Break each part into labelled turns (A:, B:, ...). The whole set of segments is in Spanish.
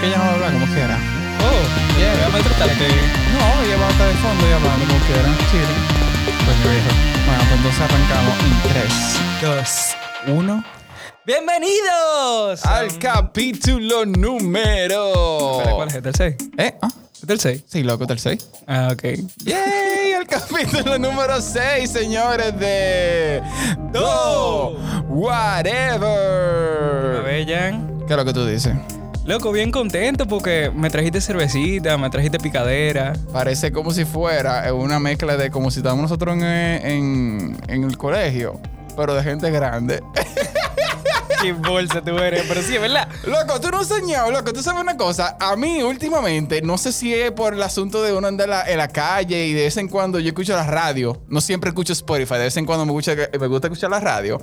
A: que ella no habla como quiera.
B: Oh, yeah, voy a maltratarte.
A: No, ella va a estar de fondo y hablando como quiera. Sí. Coño viejo. Bueno, pues entonces arrancamos en 3,
B: Dos.
A: 1.
B: ¡Bienvenidos!
A: Al capítulo
B: Espera, ¿Cuál
A: número.
B: es? ¿Es del 6?
A: ¿Eh? Ah,
B: ¿Es del 6?
A: sí, loco, del 6.
B: Ah, ok.
A: ¡Yay! El capítulo número 6, señores, de. Do
B: A
A: Whatever.
B: ver, Jan.
A: ¿Qué es lo que tú dices?
B: Loco, bien contento porque me trajiste cervecita, me trajiste picadera.
A: Parece como si fuera eh, una mezcla de como si estábamos nosotros en, eh, en- en el colegio, pero de gente grande.
B: Qué bolsa tú eres, pero sí, es ¿verdad?
A: Loco, tú no soñado, loco, tú sabes una cosa. A mí últimamente, no sé si es por el asunto de uno andar en la, en la calle y de vez en cuando yo escucho la radio. No siempre escucho Spotify, de vez en cuando me, gusta- eh, me gusta escuchar la radio.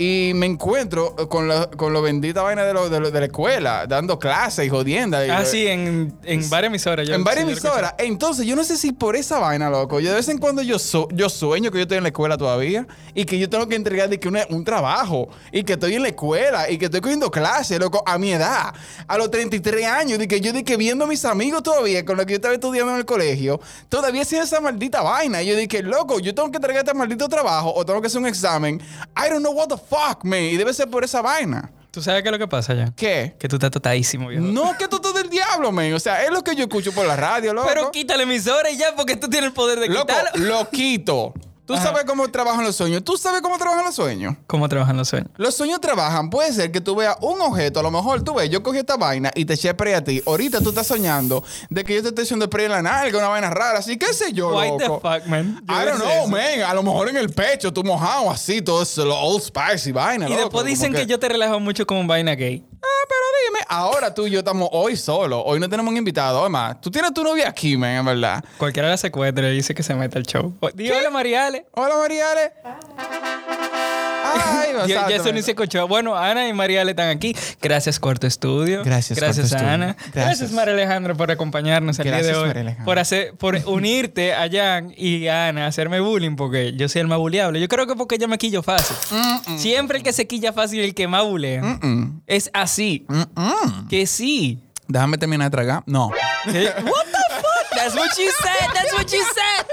A: Y me encuentro eh, con la, con lo bendita vaina de, lo- de lo- de la escuela, dando clases y jodienda. y-
B: Ah, sí, en, en varias emisoras. yo-
A: en varias
B: sí, yo lo escuché.
A: emisoras. Entonces, yo no sé si por esa vaina, loco. Yo de vez en cuando yo, so- yo sueño que yo estoy en la escuela todavía y que yo tengo que entregar de que una- un trabajo y que estoy en la escuela y que estoy cogiendo clases, loco, a mi edad, a los 33 años, de que yo de que viendo a mis amigos todavía con los que yo estaba estudiando en el colegio, todavía haciendo esa maldita vaina. Y yo dije, loco, yo tengo que entregar este maldito trabajo o tengo que hacer un examen. I don't know what the fuck, man. Y debe ser por esa vaina.
B: ¿Tú sabes qué es lo que pasa, Jan?
A: ¿Qué?
B: Que tú estás totadísimo, viejo.
A: No, que tú tú del diablo, man. O sea, es lo que yo escucho por la radio, loco.
B: Pero quita la emisora y ya, porque tú tienes el poder de
A: Loco,
B: quitarlo.
A: lo quito. Tú
B: Ajá.
A: sabes cómo trabajan los sueños. Tú sabes cómo trabajan los sueños.
B: ¿Cómo trabajan los sueños?
A: Los sueños trabajan. Puede ser que tú veas un objeto. A lo mejor tú ves, yo cogí esta vaina y te eché spray a ti. Ahorita tú estás soñando de que yo te estoy haciendo spray en la nalga, una vaina rara. Así, qué sé yo,
B: What the
A: loco.
B: fuck, man? Yo
A: I
B: no
A: don't
B: sé
A: know,
B: eso.
A: man. A lo mejor en el pecho, tú mojado así, todo eso, lo old spice y vaina.
B: Y
A: loco,
B: después
A: como
B: dicen que... yo te relajo mucho con vaina gay.
A: Ah, pero dime, ahora tú y yo estamos hoy solo. Hoy no tenemos un invitado. Además, tú tienes tu novia aquí, man, en verdad.
B: Cualquiera la secuestra y dice que se meta al show. O- Di hola, Mariale.
A: Hola, Mariale. Ay,
B: Ya- Ya, eso no
A: exactamente.
B: se escuchó. Bueno, Ana y Mariale están aquí. Gracias, Cuarto Estudio.
A: Gracias,
B: Gracias,
A: Cuarto
B: Ana.
A: Estudio.
B: Gracias,
A: Gracias.
B: María Alejandra, por acompañarnos el día
A: Gracias,
B: de hoy.
A: María Alejandra.
B: Por, hacer, por unirte a Jan y a Ana, a hacerme bullying, porque yo soy el más buleable. Yo creo que porque yo me quillo fácil.
A: Mm,
B: Siempre el que se quilla fácil es el que más bulea.
A: Mm-mm.
B: Es así.
A: Mm, Mm-mm.
B: Que sí.
A: Déjame terminar de tragar. No.
B: ¿Qué? What the fuck? That's what you said. That's what you said.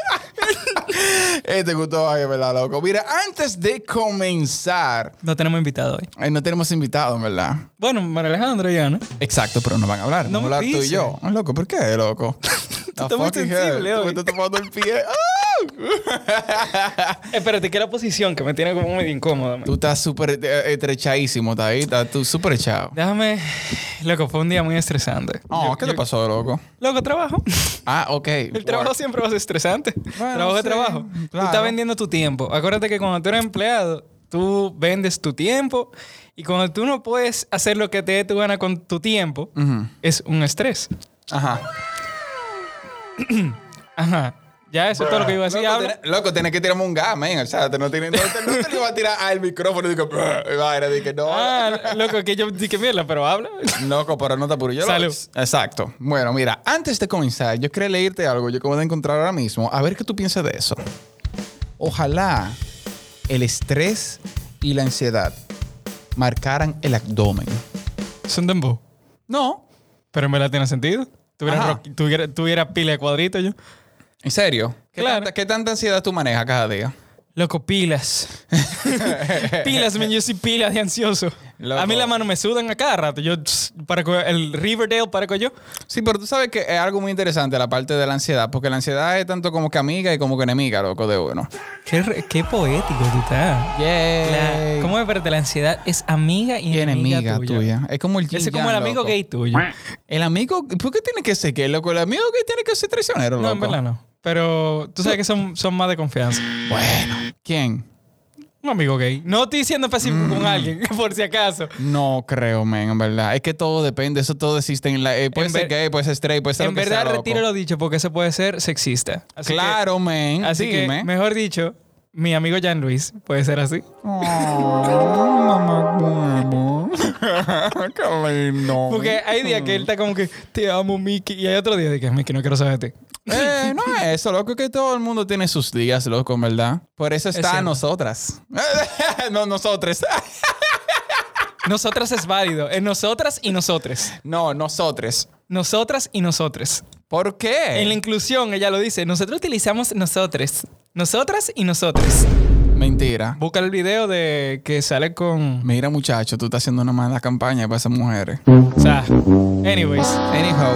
A: Eh, te gustó, ay, ¿verdad, loco? Mira, antes de comenzar,
B: No tenemos invitado hoy.
A: eh, no tenemos invitados, ¿verdad?
B: Bueno, María Alejandra y Ana.
A: Exacto, pero no van a hablar.
B: No
A: No vamos
B: me
A: a hablar tú y
B: pise.
A: yo. Ah, Loco, ¿por qué, loco? The
B: estás muy
A: fucking
B: sensible
A: hell.
B: hoy.
A: Tú me estás tomando el pie. ¡Ah!
B: Espérate, que la posición que me tiene como medio incómodo. man.
A: tú estás súper eh, estrechadísimo, está ahí. Estás tú súper echado.
B: Déjame. Loco, fue un día muy estresante.
A: Oh,
B: Yo-
A: ¿Qué
B: yo-
A: le pasó, loco?
B: Loco, trabajo.
A: Ah, ok.
B: El trabajo siempre va a ser estresante. trabajo es
A: sí,
B: trabajo. Tú estás
A: claro.
B: vendiendo tu tiempo. Acuérdate que cuando tú eres empleado, tú vendes tu tiempo. Y cuando tú no puedes hacer lo que te dé tu gana con tu tiempo,
A: Ujú.
B: es un estrés.
A: Ajá.
B: Ajá. Ya, eso es todo lo que iba a decir.
A: Loco,
B: Habla.
A: tenés- loco, tenés que tirarme un gas, man. O sea, te no, tienes- no te, no te lo iba a tirar al micrófono y digo, "Bruh", y vaina, dije, no.
B: Ah, loco, que yo dije mierda, pero habla.
A: Loco, pero no te apures. Yo lo-
B: Salud.
A: Exacto. Bueno, mira, antes de comenzar, yo quería leerte algo. Yo acabo de encontrar ahora mismo. A ver qué tú piensas de eso. Ojalá el estrés y la ansiedad marcaran el abdomen.
B: Es un dembow.
A: No.
B: Pero me la tiene sentido. Tuviera,
A: Ajá.
B: rock- tuviera, tuviera pila de cuadritos yo.
A: ¿En serio? ¿Qué,
B: Claro.
A: tanta, qué tanta ansiedad tú manejas cada día?
B: Loco, pilas. pilas, men, yo soy pilas de ansioso.
A: Loco.
B: A mí la mano me sudan a cada rato. Yo, tss, parco, el Riverdale, parco yo.
A: Sí, pero tú sabes que es algo muy interesante la parte de la ansiedad, porque la ansiedad es tanto como que amiga y como que enemiga, loco, de uno.
B: Qué, re- qué poético tú estás. La-
A: Yeah.
B: ¿Cómo es verdad? La ansiedad es amiga y,
A: Y
B: enemiga,
A: enemiga
B: tuya.
A: tuya. Es como el yin
B: Ese es como el
A: yang,
B: amigo
A: loco.
B: gay tuyo.
A: El amigo, ¿por qué tiene que ser qué, loco? El amigo que tiene que ser traicionero,
B: No,
A: loco.
B: en verdad no. Pero tú sabes que son, son más de confianza.
A: Bueno, ¿quién?
B: Un amigo gay. No estoy siendo específico
A: Mm.
B: con alguien, por si acaso.
A: No creo, men, en verdad. Es que todo depende, eso todo existe en la. eh, puede
B: En
A: ser
B: ver-
A: gay, puede ser straight, puede ser
B: En
A: lo que sea,
B: verdad,
A: loco.
B: retiro lo dicho porque eso puede ser sexista. Así que-
A: Claro, men.
B: así
A: Mm, dime.
B: que, mejor dicho, mi amigo Jan Luis puede ser así.
A: Oh, mamá huevo. qué lindo.
B: Porque hay días que él está como que te amo, Mickey. Y hay otro día de que Mickey no quiero saber de ti.
A: Eh, no es eso, loco, es que todo el mundo tiene sus días, loco, en verdad. Por eso está
B: cierto.
A: nosotras. no, nosotras.
B: Nosotras es válido. En nosotras y nosotres.
A: No, nosotres.
B: Nosotras y nosotres.
A: ¿Por qué?
B: En la inclusión, ella lo dice, nosotros utilizamos nosotres. Nosotras y nosotres.
A: Mentira.
B: Busca el video de que sale con...
A: Mira, muchacho, tú estás haciendo una mala campaña para esas mujeres.
B: O sea, anyways.
A: Anyhow.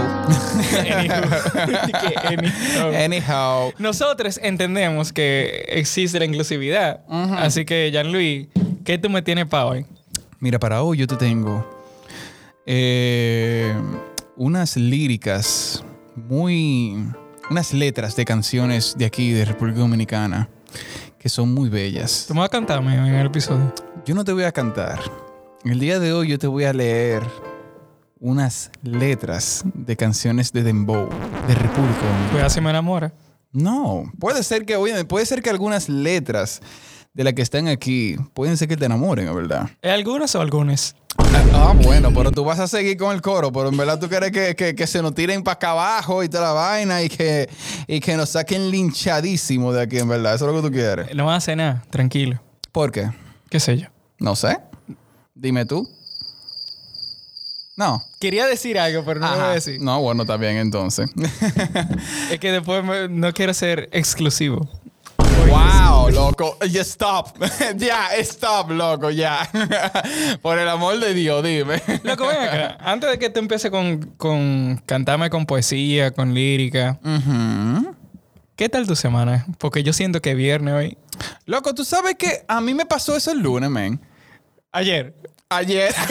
B: Que anyhow.
A: Anyhow.
B: Nosotros entendemos que existe la inclusividad. Así que, Jean-Louis, ¿qué tú me tienes para hoy?
A: Mira, para hoy yo te tengo eh, unas líricas muy... Unas letras de canciones de aquí, de República Dominicana, que son muy bellas.
B: Tú me vas a cantarme en el episodio.
A: Yo no te voy a cantar. El día de hoy yo te voy a leer unas letras de canciones de Dembow, de República Dominicana.
B: Cuidado si Pues me enamora.
A: No, puede ser que, oye, puede ser que algunas letras de las que están aquí, pueden ser que te enamoren, en ¿verdad?
B: ¿Es Eh, algunas o algunas?
A: Ah, bueno, pero tú vas a seguir con el coro, pero en verdad tú quieres que, que- que se nos tiren para acá abajo y toda la vaina y que, y que nos saquen linchadísimo de aquí, en verdad. Eso es lo que tú quieres.
B: No vas a hacer nada, tranquilo.
A: ¿Por qué?
B: ¿Qué sé yo?
A: No sé. Dime tú. No.
B: Quería decir algo, pero no lo voy a
A: Ajá.
B: decir.
A: No, bueno, está bien entonces.
B: Es que después me- no quiero ser exclusivo.
A: wow, loco. Ya, stop. Ya, stop, loco, ya. Por el amor de Dios, dime.
B: Loco, ven acá. Antes de que tú empieces con, con cantarme con poesía, con lírica,
A: Ujú.
B: ¿qué tal tu semana? Porque yo siento que viernes hoy.
A: Loco, tú sabes que a mí me pasó eso el lunes, man.
B: Ayer.
A: Ayer.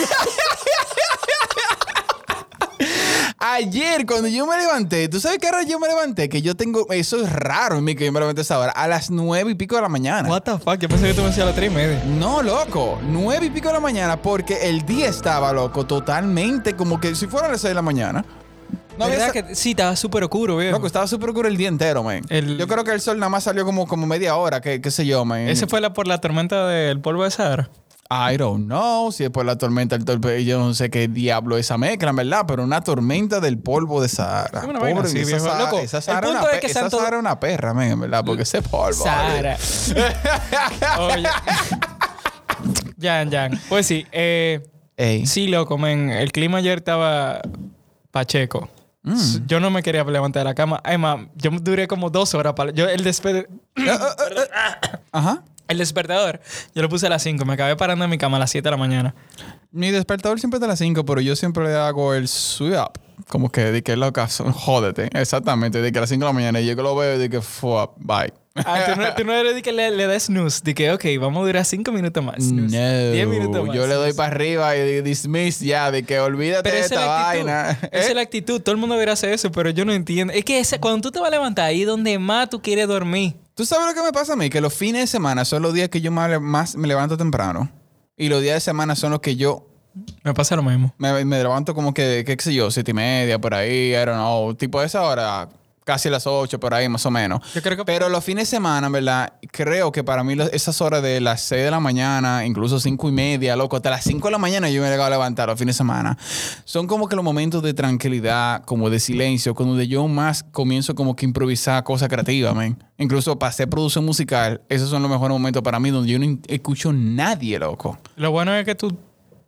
A: Ayer, cuando yo me levanté, ¿tú sabes qué hora yo me levanté? Que yo tengo. Eso es raro en mí que yo me levanté a esa hora. A las nueve y pico de la mañana.
B: What the fuck? Yo pensé que tú me decías a las tres y media.
A: No, loco. Nueve y pico de la mañana porque el día estaba, loco, totalmente como que si fuera las seis de la mañana. No había
B: ¿Verdad
A: sa-
B: que sí, estaba súper oscuro, viejo.
A: Loco, estaba súper oscuro el día entero, man.
B: El-
A: Yo creo que el sol nada más salió como, como media hora, que- qué sé yo, man.
B: Ese fue la, por la tormenta del polvo de Sahara.
A: I don't know si es por la tormenta del torpe. Yo no sé qué diablo esa mezcla, en verdad, pero una tormenta del polvo de Sahara.
B: Es una vaina así,
A: esa
B: viejo.
A: Sahara-
B: Loco,
A: esa
B: el
A: Sahara
B: punto
A: una
B: es
A: pe-
B: que
A: esa
B: Santo-
A: Sahara es una perra, men, en verdad, porque ese polvo. vale.
B: Sahara. Oye. Jan, Jan. Pues sí, eh,
A: Ey.
B: sí, loco, men. El clima ayer estaba pacheco.
A: Mm.
B: S- Yo no me quería levantar de la cama. Además, yo duré como dos horas para... Yo, el, despe-
A: Eh, Ajá.
B: el despertador, yo lo puse a las 5. Me acabé parando en mi cama a las 7 de la mañana.
A: Mi despertador siempre está a las 5, pero yo siempre le hago el swap. Como que de que loca, so- jódete. Exactamente, de que a las 5 de la mañana y yo que lo veo y de que fuck, bye.
B: Ah, tú no, tú no eres de que le, le das snooze. De que, ok, vamos a durar 5 minutos más.
A: No,
B: snooze, 10 minutos más.
A: yo le doy
B: snooze.
A: para arriba y de- dismiss ya, de que olvídate
B: Pero
A: de
B: esa es
A: esta
B: la actitud.
A: vaina.
B: Esa
A: ¿Eh?
B: es la actitud. Todo el mundo debería hacer eso, pero yo no entiendo. Es que ese, cuando tú te vas a levantar ahí donde más tú quieres dormir.
A: ¿Tú sabes lo que me pasa a mí? Que los fines de semana son los días que yo más, más me levanto temprano. Y los días de semana son los que yo
B: Me pasa lo mismo.
A: me, me levanto como que, qué sé yo, siete y media, por ahí, I don't know. Tipo a esa hora, casi las ocho, por ahí, más o menos.
B: Yo creo que
A: Pero los fines de semana, ¿verdad? Creo que para mí los- esas horas de las 6 de la mañana, incluso cinco y media, loco, hasta las 5 de la mañana yo me he llegado a levantar los fines de semana. Son como que los momentos de tranquilidad, como de silencio, con donde yo más comienzo como que improvisar cosas creativas, man. Incluso pasé producción musical, esos son los mejores momentos para mí, donde yo no in- escucho nadie, loco.
B: lo bueno es que tú.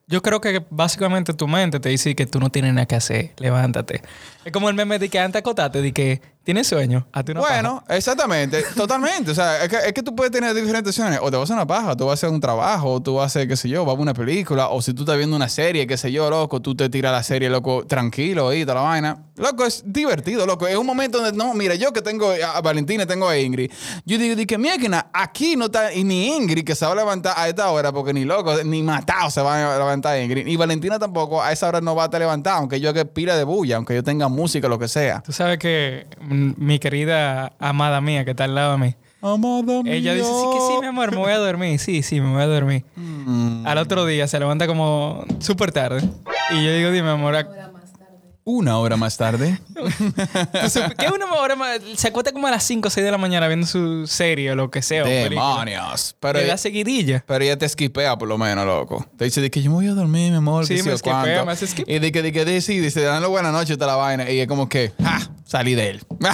B: Yo creo que básicamente tu mente te dice que tú no tienes nada que hacer. Levántate. Es como el meme de que antes acotate, de que tienes sueño. Hazte una paja.
A: Bueno, exactamente, totalmente. O sea, es que, es que tú puedes tener diferentes opciones. O te vas a hacer una paja, o tú vas a hacer un trabajo, o tú vas a hacer, qué sé yo, vas a ver una película, o si tú estás viendo una serie, qué sé yo, loco, tú te tiras la serie, loco, tranquilo ahí, toda la vaina. Loco, es divertido, loco. Es un momento donde, no, mira, yo que tengo a a Valentina, tengo a Ingrid. Yo digo, di que máquina, aquí no está y ni Ingrid que se va a levantar a esta hora, porque ni loco, ni matado se va a levantar Ingrid. Y Valentina tampoco a esa hora no va a estar levantada, aunque yo que pila de bulla, aunque yo tenga música, lo que sea.
B: Tú sabes que mm, mi querida amada mía que está al lado de mí,
A: Amada
B: ella dice, sí que sí, mi amor, me voy a dormir. Sí, sí, me voy a dormir.
A: Mm.
B: Al otro día se levanta como súper tarde. Y yo digo, dime, amor, ¿a-
A: Una hora más tarde.
B: Entonces, ¿Qué una hora más? Se acuesta como a las 5 o 6 de la mañana viendo su serie o lo que sea. o película.
A: Demonios. Pero,
B: Le da seguidilla.
A: pero ella te esquipea por lo menos, loco. Te dice de que yo me voy a dormir, mi amor.
B: Sí,
A: que sé
B: me
A: yo
B: esquipea,
A: cuánto.
B: me hace skip.
A: Y de que, de que, de, sí, dice, dale buena noche, toda la vaina. Y es como que, ja, salí de él.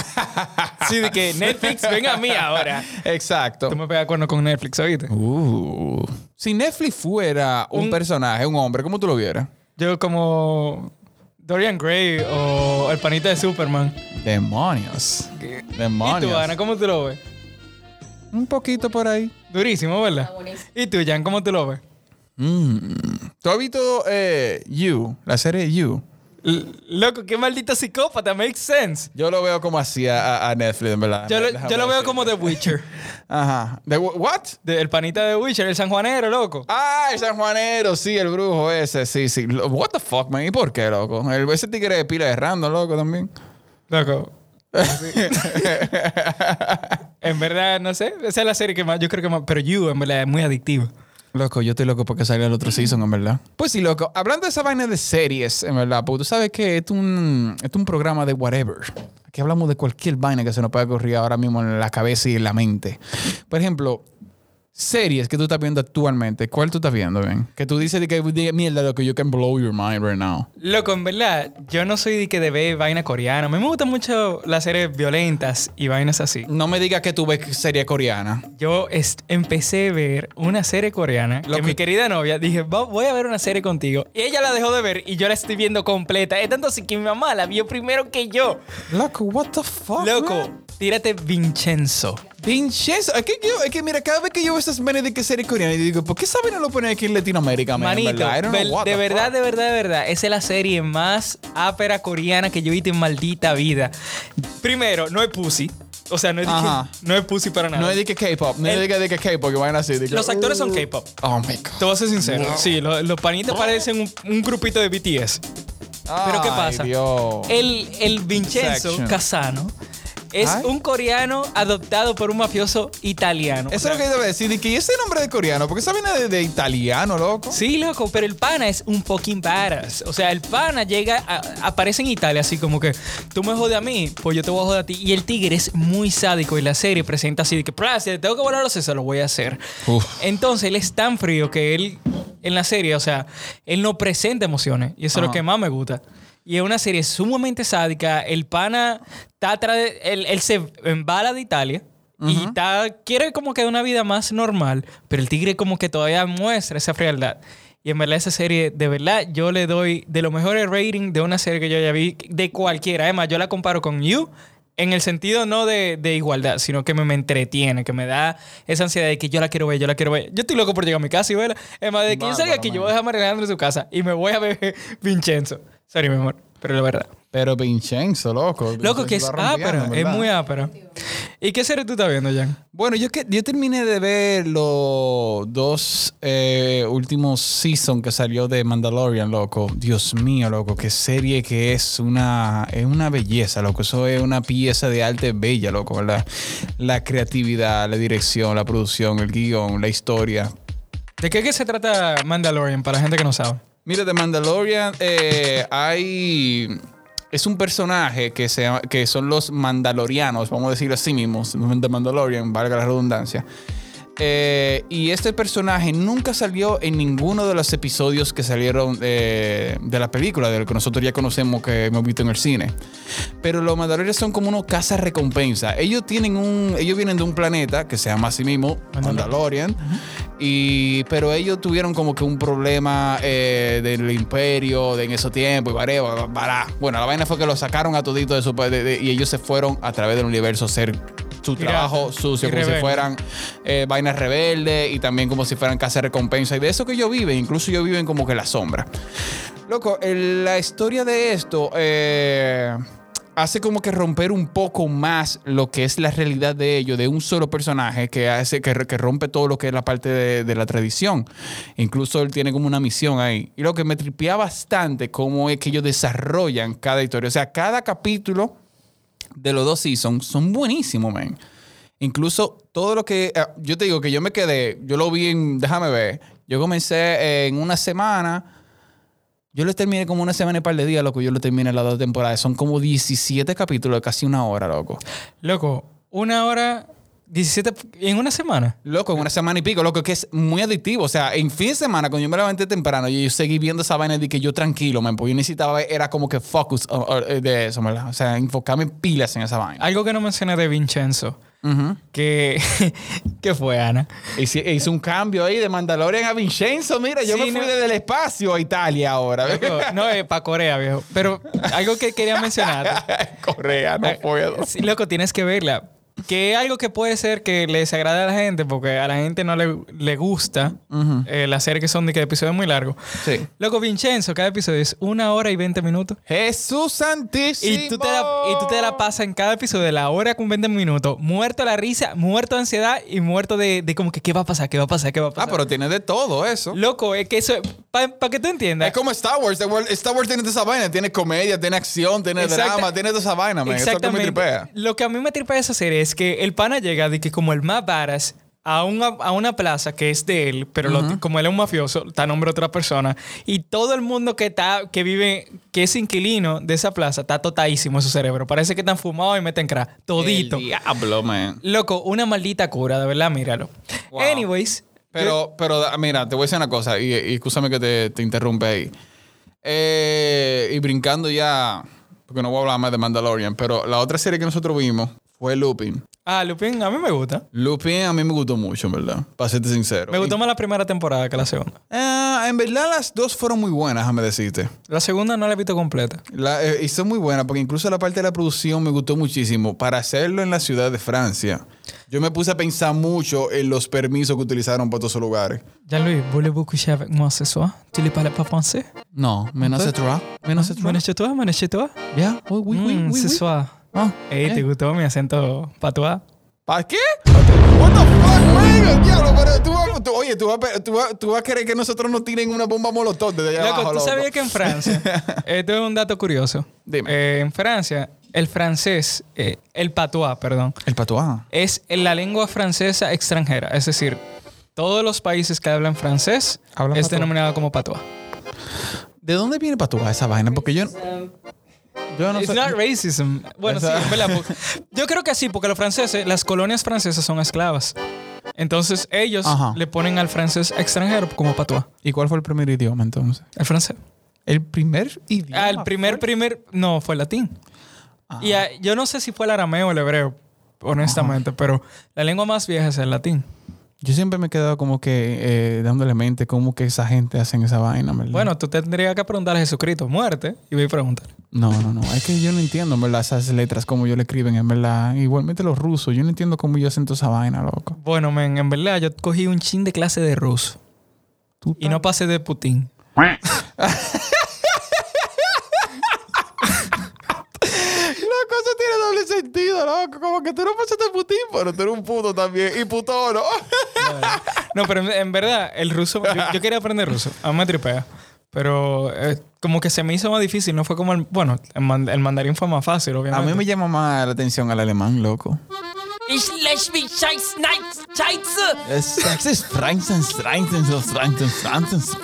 B: Sí, de que Netflix, venga a mí ahora.
A: Exacto.
B: Tú me pegas cuerno con Netflix, ¿oíste?
A: Uh. Si Netflix fuera un,
B: Un-
A: personaje, un hombre, ¿cómo tú lo vieras?
B: Yo como Dorian Gray o el panita de Superman.
A: Demonios.
B: ¿Y tú, Ana,
A: Demonios.
B: cómo tú lo ves?
A: Un poquito por ahí.
B: Durísimo, ¿verdad?
C: Está buenísimo.
B: ¿Y tú, Jan, cómo tú lo ves?
A: Mm. ¿Tú has visto eh, You, la serie You?
B: L- loco, qué maldita psicópata, makes sense.
A: Yo lo veo como así a, a- a Netflix, en verdad.
B: Yo lo,
A: Déjame
B: yo lo veo
A: decirte.
B: como The Witcher.
A: Ajá. ¿De wh- what?
B: De- el panita de Witcher, el sanjuanero, loco.
A: Ah, el San Juanero, sí, el brujo ese, sí, sí. Lo- What the fuck, man? ¿Y por qué, loco? El, ese tigre de pila de random, loco, también.
B: Loco. en verdad, no sé. Esa es la serie que más, yo creo que más. Pero You, en verdad, es muy adictiva.
A: Loco, yo estoy loco porque salga el otro season, en verdad. Mm. Pues sí, loco. Hablando de esa vaina de series, en verdad, porque tú sabes que esto es un, esto es un programa de whatever. Aquí hablamos de cualquier vaina que se nos pueda ocurrir ahora mismo en la cabeza y en la mente. Por ejemplo, series que tú estás viendo actualmente. ¿Cuál tú estás viendo, bien? Que tú dices de que de- mierda, loco, you can blow your mind right now.
B: Loco, en verdad, yo no soy de que de ver vaina coreana. A mí me gustan mucho las series violentas y vainas así.
A: No me digas que tú ves serie coreana.
B: Yo es- empecé a ver una serie coreana
A: Loco.
B: que mi querida novia dije, "Va- voy a ver una serie contigo. Y ella la dejó de ver y yo la estoy viendo completa. Es tanto así que mi mamá la vio primero que yo.
A: Loco, what the fuck?
B: Loco,
A: man?
B: tírate Vincenzo.
A: Vincenzo. Es que, yo- es que mira, cada vez que yo veo esas menes de que serie coreana, yo digo, ¿por qué saben no lo ponen aquí en Latinoamérica, man?
B: Manito,
A: I don't know
B: vel-
A: what
B: de
A: the
B: verdad,
A: fuck.
B: de verdad, de verdad, esa es la serie más ápera coreana que yo he visto en maldita vida. Primero, no es pussy. O sea, no es, de que-
A: Ajá.
B: no es pussy para nada.
A: No es de que K-pop, no es
B: El-
A: de que, de que K-pop, que van así. de que,
B: Los actores son
A: "Uh".
B: K-pop.
A: Oh my god.
B: Te voy a ser sincero. Sí, lo- los panitas parecen un, un grupito de BTS. Pero ¿qué
A: Ay,
B: pasa?
A: Dios.
B: El, el Vincenzo
A: Section.
B: Casano es
A: Ay.
B: un coreano adoptado por un mafioso italiano.
A: Eso es lo que yo te voy a decir, de que ese nombre de coreano, porque esa viene de, de italiano, loco.
B: Sí, loco, pero el pana es un fucking badass. O sea, el pana llega, a- aparece en Italia así como que tú me jodes a mí, pues yo te voy a joder a ti. Y el tigre es muy sádico y la serie presenta así de que, "Pra, si te tengo que volar los sesos, lo voy a hacer.
A: Uf.
B: Entonces él es tan frío que él, en la serie, o sea, él no presenta emociones. Y eso es
A: Ajá.
B: lo que más me gusta. Y es una serie sumamente sádica. El pana está atrás de- él, él se embala de Italia. Y está, quiere como que una vida más normal, pero el tigre como que todavía muestra esa frialdad. Y en verdad esa serie, de verdad, yo le doy de los mejores ratings de una serie que yo ya vi, de cualquiera. Además, yo la comparo con You, en el sentido no de, de igualdad, sino que me, me entretiene, que me da esa ansiedad de que yo la quiero ver, yo la quiero ver. Yo estoy loco por llegar a mi casa y verla. Es más, de que yo salga
A: Bárbaro,
B: aquí, yo
A: man.
B: voy a dejar a María Alejandra en su casa y me voy a beber Vincenzo. Sorry, mi amor, pero la verdad.
A: Pero Vincenzo, loco.
B: Loco, que es
A: Vincenzo la rompiendo,
B: ápera, es
A: ¿verdad?
B: muy ápera. ¿Y qué serie tú estás viendo, Jan?
A: Bueno, yo, que, yo terminé de ver los dos eh, últimos season que salió de Mandalorian, loco. Dios mío, loco, qué serie que es una, es una belleza, loco. Eso es una pieza de arte bella, loco, ¿verdad? La creatividad, la dirección, la producción, el guión, la historia.
B: ¿De qué, qué se trata Mandalorian para la gente que no sabe?
A: Mira, de Mandalorian eh, hay... Es un personaje que, se, llama- que son los mandalorianos, vamos a decirlo así mismos, de Mandalorian, valga la redundancia. Eh, y este personaje nunca salió en ninguno de los episodios que salieron eh, de la película, de lo que nosotros ya conocemos que hemos visto en el cine. Pero los mandalorianos son como unos cazas recompensa. Ellos tienen un, ellos vienen de un planeta que se llama así mismo Mandalorian, y pero ellos tuvieron como que un problema eh, del imperio de en esos tiempos y bareba, bará. Bueno, la vaina fue que los sacaron a todito de su pa- de- de- y ellos se fueron a través del universo a hacer su
B: Pirata.
A: trabajo sucio
B: Y
A: como si
B: rebelde.
A: fueran eh, vainas rebeldes y también como si fueran casa de recompensa. Y de eso que ellos viven, incluso ellos viven como que la sombra. Loco, el- la historia de esto eh, hace como que romper un poco más lo que es la realidad de ellos, de un solo personaje que hace que, que rompe todo lo que es la parte de, de la tradición. Incluso él tiene como una misión ahí. Y lo que me tripea bastante cómo es que ellos desarrollan cada historia. O sea, cada capítulo de los dos seasons son buenísimos, man. Incluso todo lo que. eh, yo te digo que yo me quedé. Yo lo vi en. Déjame ver. Yo comencé eh, en una semana. Yo lo terminé como una semana y par de días, loco. Yo lo terminé las dos temporadas. Son como 17 capítulos, casi una hora, loco.
B: Loco, una hora 17 en una semana.
A: Loco, en una semana y pico, loco, que es muy adictivo. O sea, en fin de semana, cuando yo me levanté temprano, yo, yo seguí viendo esa vaina de que yo tranquilo, man, porque yo necesitaba, ver- era como que focus o- o- eh, de eso, ¿verdad? O sea, enfocarme pilas en esa vaina.
B: Algo que no mencioné de Vincenzo,
A: Ujú.
B: que, que fue Ana.
A: Hice, hice un cambio ahí de Mandalorian a Vincenzo. Mira, yo
B: Sí,
A: me fui
B: no.
A: desde el espacio a Italia ahora.
B: Loco, No, es para Corea, viejo. Pero algo que quería mencionar.
A: Correa, no puedo.
B: Eh, Sí, loco, tienes que verla. Que es algo que puede ser que les agrade a la gente, porque a la gente no le, le gusta
A: Ujú.
B: eh, las series que son de que episodios muy largos.
A: Sí.
B: Loco, Vincenzo, cada episodio es una hora y 20 minutos.
A: Jesús Santísimo.
B: Y tú, te la, y tú te la pasas en cada episodio de la hora con 20 minutos, muerto de la risa, muerto de ansiedad y muerto de, de como que qué va a pasar, qué va a pasar, qué va a
A: Ah,
B: pasar.
A: pero tiene de todo eso.
B: Loco, es que eso, para que tú entiendas.
A: Es como Star Wars. Star Wars- Star Wars tiene toda esa vaina. Tiene comedia, tiene acción, tiene
B: Exacta-
A: drama, tiene toda esa vaina, man. Eso es lo que me tripea.
B: Lo que a mí me tripea de esa serie es que el pana llega de que como el más varas a una, a una plaza que es de él, pero lo- como él es un mafioso, está a nombre de otra persona. Y todo el mundo que está, que vive, que es inquilino de esa plaza, está totadísimo en su cerebro. Parece que están fumados y meten crack. Todito.
A: El diablo, man.
B: Loco, una maldita cura, de verdad, míralo.
A: Wow.
B: Anyways.
A: Pero, pero da- mira, te voy a decir una cosa. Y, y escúchame que te, te interrumpe ahí. Eh, y brincando ya, porque no voy a hablar más de Mandalorian, pero la otra serie que nosotros vimos fue Lupin.
B: Ah, Lupin, a mí me gusta.
A: Lupin a mí me gustó mucho, en verdad. Para serte sincero.
B: Me gustó más la primera temporada que la segunda.
A: Ah, en verdad las dos fueron muy buenas, déjame decirte.
B: La segunda no la he visto completa.
A: La, eh, y son muy buenas porque incluso la parte de la producción me gustó muchísimo. Para hacerlo en la ciudad de Francia, yo me puse a pensar mucho en los permisos que utilizaron para todos esos lugares.
B: Jean-Louis, voulez-vous coucher avec moi ce soir? Tu le parles pas français?
A: No, menos
B: Entonces-
A: atrás. Menos atrás.
B: Ah, Bueno, chez toi, bueno, chez toi.
A: Ya, uy, uy, uy,
B: Mm,
A: uy,
B: ce
A: uy.
B: soir.
A: Ah,
B: Ey, Eh, ¿te gustó mi acento patois?
A: ¿Para qué? What the fuck, man? Diablo, pero tú vas- tú- oye, tú vas, a pe- tú vas- tú vas a querer que nosotros nos tiren una bomba molotov desde allá
B: Loco,
A: abajo,
B: ¿tú
A: loco?
B: sabías que en Francia, esto es un dato curioso.
A: Dime.
B: Eh, en Francia, el francés, eh, el patois, perdón,
A: El patuá.
B: es la lengua francesa extranjera. Es decir, todos los países que hablan francés
A: Hablan
B: es
A: patois.
B: denominado como patois.
A: ¿De dónde viene patuá esa vaina? Porque yo, yo no
B: It's
A: sé.
B: not racism. Bueno, sí,
A: Esa-
B: en verdad, porque- Yo creo que sí, porque los franceses, las colonias francesas son esclavas. Entonces ellos
A: Ajá.
B: le ponen al francés extranjero como patois.
A: ¿Y cuál fue el primer idioma entonces?
B: El francés.
A: El primer idioma.
B: Ah, el primer, primer. No, fue el latín. Y ah, yo no sé si fue el arameo o el hebreo, honestamente, pero la lengua más vieja es el latín.
A: Yo siempre me he quedado como que eh, dándole mente cómo que esa gente hacen esa vaina, ¿verdad?
B: Bueno, tú tendrías que preguntarle a Jesucristo, muerte, y voy a preguntar.
A: No, no, no. Es que yo no entiendo, en ¿verdad? Esas letras, cómo yo le escriben, en verdad. Igualmente los rusos. Yo no entiendo cómo yo hacen toda esa vaina, loco.
B: Bueno, men, en verdad, yo cogí un chin de clase de ruso
A: Tú
B: y no pasé de Putin.
A: La cosa tiene doble sentido, loco. Como que tú no pasaste putín, pero tú eres un puto también. Y puto, ¿no?
B: No, pero en, en verdad, el ruso, yo, yo quería aprender ruso, a mí me tripea. Pero eh, como que se me hizo más difícil, no fue como el. Bueno, el, man- el mandarín fue más fácil,
A: A
B: obviamente.
A: mí me llama más la atención al alemán, loco.
C: Ich läch mich scheiß Neid, Scheiße!
A: Es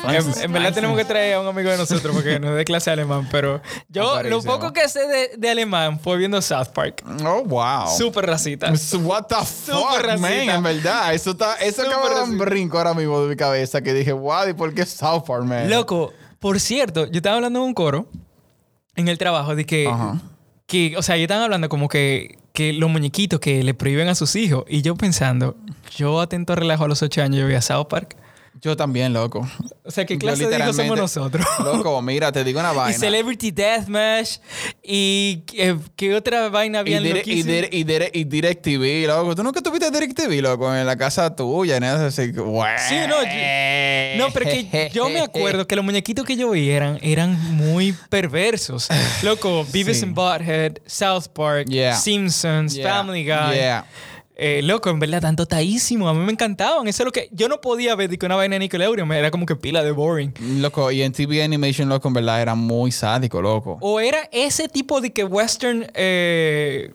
B: En, en
A: En
B: verdad tenemos que traer a un amigo de nosotros porque no es de clase de alemán, pero yo
A: Aparece,
B: lo poco
A: ¿no?
B: que sé de, de alemán fue viendo South Park.
A: Oh, wow.
B: Súper racista.
A: So, What the fuck,
B: racista.
A: man, en verdad. Eso, está, eso
B: Súper
A: acaba de dar un
B: racista.
A: brinco ahora mismo de mi cabeza que dije, wow, ¿y por qué South Park, man?
B: Loco, por cierto, yo estaba hablando en un coro en el trabajo de que,
A: Ajá.
B: que o sea, ellos estaban hablando como que, que los muñequitos que le prohíben a sus hijos y yo pensando, yo atento relajo a los ocho años yo vi a South Park.
A: Yo también, loco.
B: O sea, ¿qué
A: Yo
B: clase de hijos somos
A: literalmente-
B: nosotros?
A: Loco, mira, te digo una
B: Y
A: vaina.
B: Celebrity Deathmatch y eh, qué otra vaina
A: Y,
B: había
A: dire- y, dire- y, dire- y DirecTV, loco. ¿Tú nunca tuviste DirecTV, loco? En la casa tuya, en esa así. güey.
B: Sí, no, No, pero que yo me acuerdo que los muñequitos que yo vi eran, eran muy perversos. Loco, Beavis
A: Sí.
B: and Butthead, South Park,
A: Yeah.
B: Simpsons,
A: Yeah,
B: Family Guy.
A: yeah.
B: Eh, loco, en verdad, tanto taísimo. A mí me encantaban. Eso es lo que yo no podía ver de que una vaina de Nickelodeon me era como que pila de boring.
A: Loco, y en TV Animation, loco, en verdad era muy sádico, loco.
B: O era ese tipo de que western eh,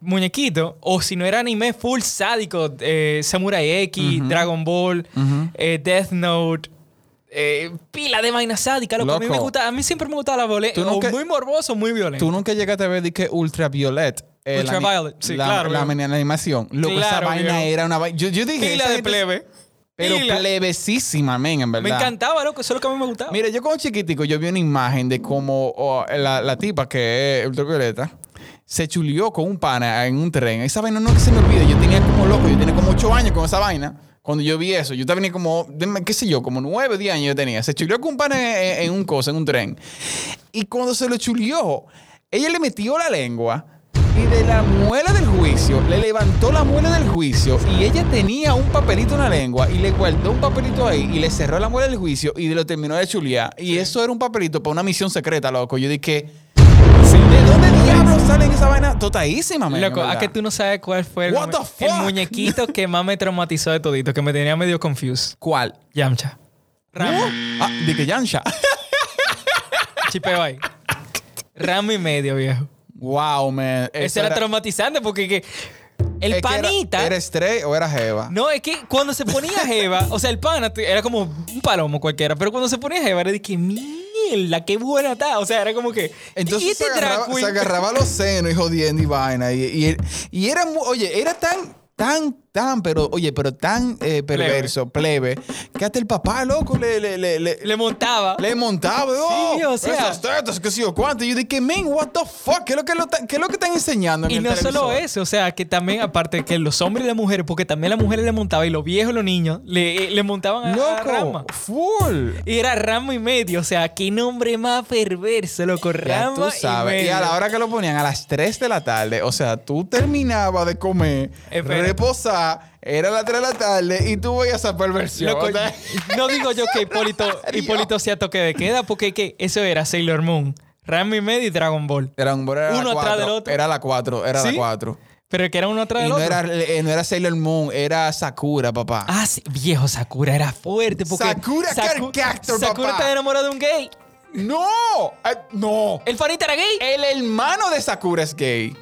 B: muñequito, o si no era anime full sádico, eh, Samurai X, Dragon Ball, eh, Death Note. eh, pila de vaina sádica, loco. A mí
A: Loco.
B: me gusta, a mí siempre me gustaba la violencia.
A: Tú nunca-
B: muy morboso, muy violento.
A: Tú nunca llegaste a ver di que Ultraviolet eh, la,
B: Ultraviolet, sí,
A: la-
B: claro,
A: la,
B: viejo.
A: la animación. Loco, esa
B: Claro,
A: vaina
B: viejo.
A: era una vaina. Yo, yo dije.
B: Pila
A: esa
B: de
A: gente-
B: plebe.
A: Pero
B: Pila.
A: plebesísima, men, en
B: Me
A: verdad.
B: encantaba, loco. Eso es lo que a mí me gustaba.
A: Mira, yo como chiquitico, yo vi una imagen de cómo oh, la, la tipa que es ultravioleta se chulió con un pana en un tren. Esa vaina no se me olvida. Yo tenía como loco, yo tenía como 8 años con esa vaina. Cuando yo vi eso, yo tenía como, deme- qué sé yo, como 9 o 10 años yo tenía. Se chulió con un pana en, en- en un cosa, en un tren. Y cuando se lo chulió, ella le metió la lengua. Y de la muela del juicio, le levantó la muela del juicio y ella tenía un papelito en la lengua y le guardó un papelito ahí y le cerró la muela del juicio y lo terminó de chulear. Y eso era un papelito para una misión secreta, loco. Yo dije, ¿de dónde diablos salen esa vaina? Totadísima, men, en
B: Pues, Loco, ¿a
A: verdad.
B: que tú no sabes cuál fue el,
A: What
B: mu-
A: the
B: el
A: fuck?
B: muñequito que más me traumatizó de todito? Que me tenía medio confused.
A: ¿Cuál?
B: Yamcha. Rama.
A: Ah, de que Yansha.
B: Chipeo ahí. Rama y medio, viejo.
A: wow, man.
B: Eso era, traumatizante porque que el
A: es que era-
B: panita...
A: ¿Era, straight o era Jeva?
B: No, es que cuando se ponía Jeva, o sea, el pana t- era como un palomo cualquiera, pero cuando se ponía Jeva era de que mierda, qué buena está. O sea, era como que. "¿Y
A: Entonces
B: este
A: se agarraba,
B: drag queen?"
A: se agarraba los senos y jodiendo y vaina. Y, y, y era, mu- oye, era tan, tan, tan, pero, oye, pero tan eh, perverso, plebe. que hasta el papá, loco, le, le, le, le,
B: Le montaba.
A: le montaba.
B: Sí,
A: oh,
B: o sea.
A: Esas tetas, qué sé yo, cuánto. Y yo dije, men, what the fuck, ¿qué es lo que, lo ta- qué es lo que están enseñando en
B: Y
A: el
B: no solo
A: televisor?
B: eso, o sea, que también, aparte que los hombres y las mujeres, porque también las mujeres le montaban y los viejos y los niños le, eh, le montaban a, a
A: Loco,
B: Rama.
A: full.
B: Y era Rama y medio, o sea, qué nombre más perverso, loco,
A: Ya
B: Rama
A: tú
B: y
A: sabes.
B: medio.
A: Y a la hora que lo ponían, a las 3 de la tarde, o sea, tú terminabas de comer,
B: Espera.
A: reposar, era las 3 de la tarde y tú veías esa perversión.
B: Loco,
A: O sea,
B: no digo yo que Hipólito, Hipólito sea toque de queda, porque que eso era Sailor Moon, Rama y medio y Dragon Ball.
A: Era un era
B: Uno
A: la
B: atrás
A: 4.
B: del otro.
A: Era la 4, era
B: ¿Sí?
A: la 4.
B: Pero que era uno atrás
A: Y
B: del
A: no
B: otro.
A: era, eh, no era Sailor Moon, era Sakura, papá.
B: Ah, sí. viejo, Sakura era fuerte. Porque
A: Sakura
B: Saku-
A: Cardcaptor,
B: Sakura
A: papá.
B: estaba enamorado de un gay.
A: ¡No! Ah, ¡No!
B: El fanita era gay.
A: El hermano de Sakura es gay.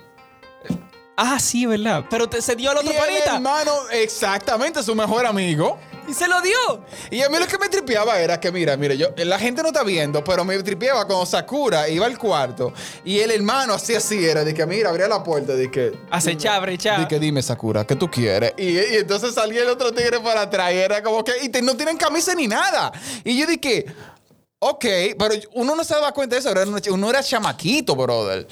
B: Ah, sí, ¿verdad? Pero te- se dio al
A: Y
B: otro
A: el
B: fanita.
A: hermano, exactamente, su mejor amigo.
B: Y se lo dio.
A: Y a mí lo que me tripeaba era que, mira, mira, yo, la gente no está viendo, pero me tripeaba cuando Sakura iba al cuarto y el hermano así, así era, de que, mira, abría la puerta, de que...
B: Acechaba, brechaba.
A: De que, dime, Sakura, ¿qué tú quieres? Y, y entonces salía el otro tigre para atrás y era como que, y te- no tienen camisa ni nada. Y yo dije, ok, pero uno no se daba cuenta de eso, era una ch- uno era chamaquito, brother.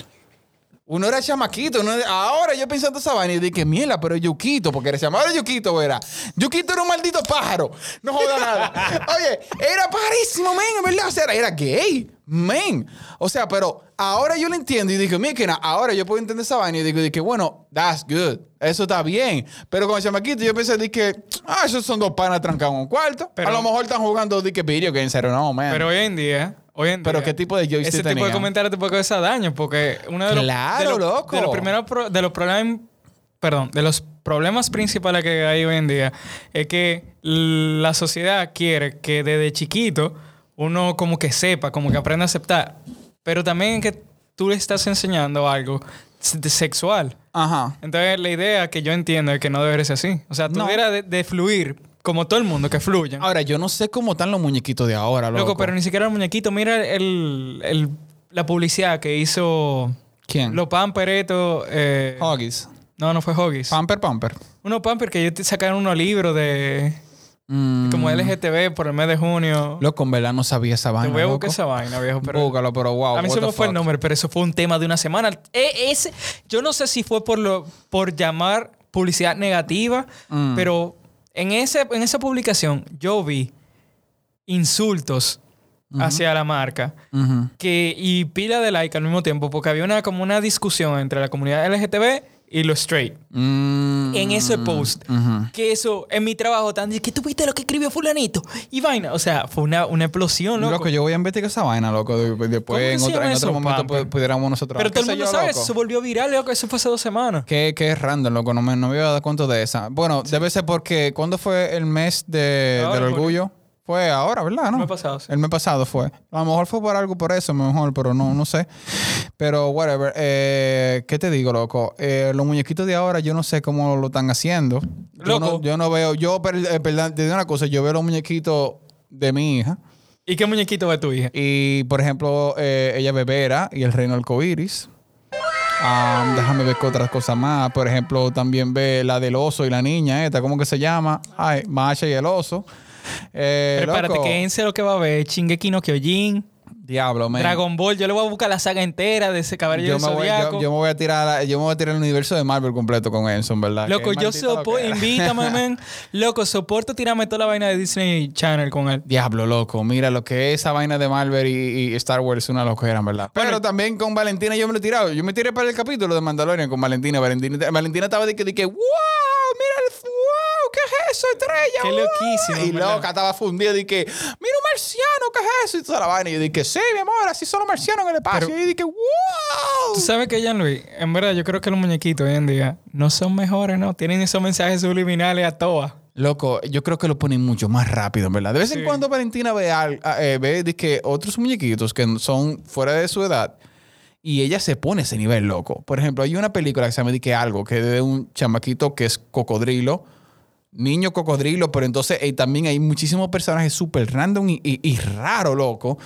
A: Uno era chamaquito. uno era- Ahora yo pensando esa vaina y dije, mierda, pero Yuquito, porque era llamado Yuquito, era. Yuquito era un maldito pájaro. No joda nada. Oye, era pajarísimo, men, en verdad. O sea, era, era gay, men. O sea, pero ahora yo lo entiendo y digo, mira, que na- ahora yo puedo entender esa vaina y digo, dije, bueno, that's good. Eso está bien. Pero con el chamaquito yo pensé, dije, ah, esos son dos panas trancados en un cuarto.
B: Pero-
A: A lo mejor están jugando, dije, video games, pero no, man.
B: Pero hoy en día, hoy en día.
A: Pero ¿qué tipo de joystick
B: Ese tipo de
A: tenían?
B: comentarios te puede causar daño porque uno de los.
A: Claro,
B: de los-
A: loco.
B: De los primeros. pro- de los problemas. Perdón, de los problemas principales que hay hoy en día es que la sociedad quiere que desde chiquito uno como que sepa, como que aprenda a aceptar. Pero también que tú le estás enseñando algo se- sexual.
A: Ajá.
B: Entonces, la idea que yo entiendo es que no debería ser así. O sea, tú
A: No.
B: debieras de, de fluir como todo el mundo, que fluya.
A: Ahora, yo no sé cómo están los muñequitos de ahora, loco.
B: Loco, pero ni siquiera el muñequito. Mira el, el- la publicidad que hizo
A: ¿Quién?
B: los Pamperetos. Eh,
A: Huggies.
B: no, no fue Hoggies.
A: Pamper, pamper.
B: unos Pamper que ellos te sacaron unos libros de, de como LGTB por el mes de junio.
A: Mm. Loco, en verdad no sabía esa
B: Te
A: vaina.
B: voy a buscar
A: loco.
B: esa vaina, viejo. Pero
A: Búscalo, pero wow.
B: a mí
A: Oh, what
B: se
A: the
B: me fue el
A: fuck.
B: nombre, pero eso fue un tema de una semana. E- ese- yo no sé si fue por, lo, por llamar publicidad negativa,
A: Mm.
B: pero en, ese, en esa publicación yo vi insultos hacia la marca
A: Ujú.
B: que, y pila de like al mismo tiempo, porque había una, como una discusión entre la comunidad LGTB y los straight
A: Mm,
B: en ese post.
A: ujú.
B: Que eso, en mi trabajo, tan que tú viste lo que escribió fulanito y vaina. O sea, fue una, una explosión,
A: Loco.
B: loco.
A: yo voy a investigar esa vaina, loco. de- de-
B: ¿Cómo que
A: Después, en,
B: se
A: otra-
B: llama
A: en
B: eso,
A: otro momento,
B: Pamper?
A: pu- pudiéramos nosotros.
B: Pero
A: ¿Qué
B: todo el
A: sé
B: mundo
A: yo,
B: sabe,
A: loco?
B: eso se volvió viral, loco. Eso fue hace dos semanas.
A: Qué, qué random, loco. No me, no me iba a dar cuenta de esa. Bueno, debe ser porque... ¿Cuándo fue el mes de,
B: Ahora,
A: del
B: Julio.
A: orgullo? Fue ahora, ¿verdad? ¿No?
B: El mes pasado, sí.
A: El mes pasado fue. A lo mejor fue por algo por eso, a lo mejor, pero no, no sé. Pero, whatever. Eh, ¿Qué te digo, loco? Eh, los muñequitos de ahora, yo no sé cómo lo están haciendo. Yo
B: Loco.
A: no, yo no veo... Yo, per- eh, perdón, te digo una cosa. Yo veo los muñequitos de mi hija.
B: ¿Y qué muñequito ve tu hija?
A: eh, Y, por ejemplo, eh, ella es Bebera y el reino arcoíris. Am, déjame ver qué otras cosas más. Por ejemplo, también ve la del oso y la niña esta. ¿Cómo que se llama? Ay, Masha y el oso. Eh,
B: Prepárate,
A: loco,
B: quédense lo que va a ver. Shingeki no Kyojin,
A: Diablo, man.
B: Dragon Ball. Yo le voy a buscar la saga entera de ese
A: yo
B: caballero del
A: me, voy, yo-
B: Zodiaco.
A: yo me voy a tirar a la- yo me voy a tirar el universo de Marvel completo con Enson, ¿verdad?
B: Loco,
A: Qué
B: yo
A: maldita
B: soporto,
A: loquera.
B: invítame, man. Loco, soporto tirarme toda la vaina de Disney Channel con él.
A: Diablo, loco. Mira, lo que es esa vaina de Marvel y, y Star Wars es una locura, en verdad. Pero también con Valentina yo me lo he tirado. Yo me tiré para el capítulo de Mandalorian con Valentina. Valentina, Valentina estaba de que, de que, wow, mira el... ¡Wow! ¿Qué es eso, estrella?
B: Qué
A: wow".
B: loquísimo,
A: Y
B: en verdad.
A: loca, estaba fundida. de que, mira un marciano, ¿qué es eso? Y toda la vaina. Y yo dije, sí, mi amor, así son los marcianos en el espacio.
B: Pero-
A: y yo dije, wow.
B: Tú sabes que, Jean-Louis, en verdad, yo creo que los muñequitos hoy en día no son mejores, ¿no? Tienen esos mensajes subliminales a toa.
A: Loco, yo creo que lo ponen mucho más rápido, en verdad. De vez en
B: Sí.
A: cuando Valentina ve, al, a- eh, ve de que otros muñequitos que son fuera de su edad y ella se pone a ese nivel, loco. Por ejemplo, hay una película que se llama de que algo, que es de un chamaquito que es cocodrilo, niño cocodrilo, pero entonces eh, también hay muchísimos personajes súper random y, y, y raro, loco.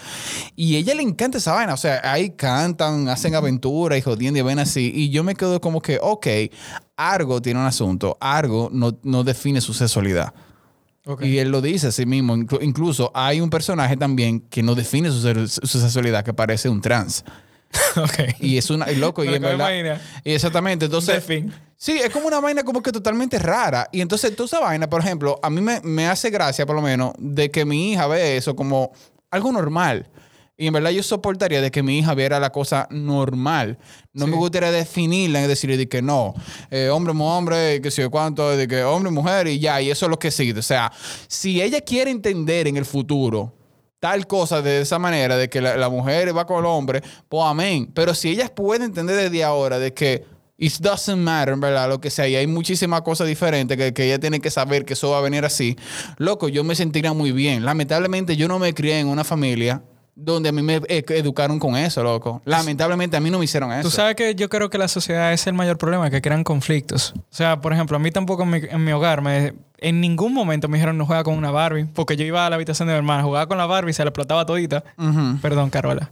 A: Y a ella le encanta esa vaina. O sea, ahí cantan, hacen aventuras y jodiendo y ven así. Y yo me quedo como que, ok, Argo tiene un asunto. Argo no, no define su sexualidad. Y él lo dice a sí mismo. Inclu- incluso hay un personaje también que no define su, ser- su sexualidad, que parece un trans.
B: ok.
A: Y es una, y loco, y
B: Me lo
A: en
B: acabo de
A: verdad.
B: imaginar.
A: y exactamente. Entonces,
B: fin.
A: Sí, es como una vaina como que totalmente rara. Y entonces, toda esa vaina, por ejemplo, a mí me, me hace gracia, por lo menos, de que mi hija ve eso como algo normal. Y en verdad yo soportaría de que mi hija viera la cosa normal. No me gustaría definirla y decirle de que no, eh, hombre, mu- hombre, que sé yo cuánto, de que hombre, mujer y ya, y eso es lo que sigue. O sea, si ella quiere entender en el futuro tal cosa de esa manera, de que la, la mujer va con el hombre, pues amén. Pero si ellas pueden entender desde ahora de que it doesn't matter, en ¿verdad? Lo que sea, y hay muchísimas cosas diferentes que, que ella tiene que saber que eso va a venir así, loco, yo me sentiría muy bien. Lamentablemente yo no me crié en una familia donde a mí me eh, educaron con eso, loco. Lamentablemente a mí no me hicieron eso.
B: Tú sabes que yo creo que la sociedad es el mayor problema, que crean conflictos. O sea, por ejemplo, a mí tampoco en mi, en mi hogar, me, en ningún momento me dijeron no juega con una Barbie, porque yo iba a la habitación de mi hermana, jugaba con la Barbie, se la explotaba todita.
A: Ujú.
B: Perdón, Carola.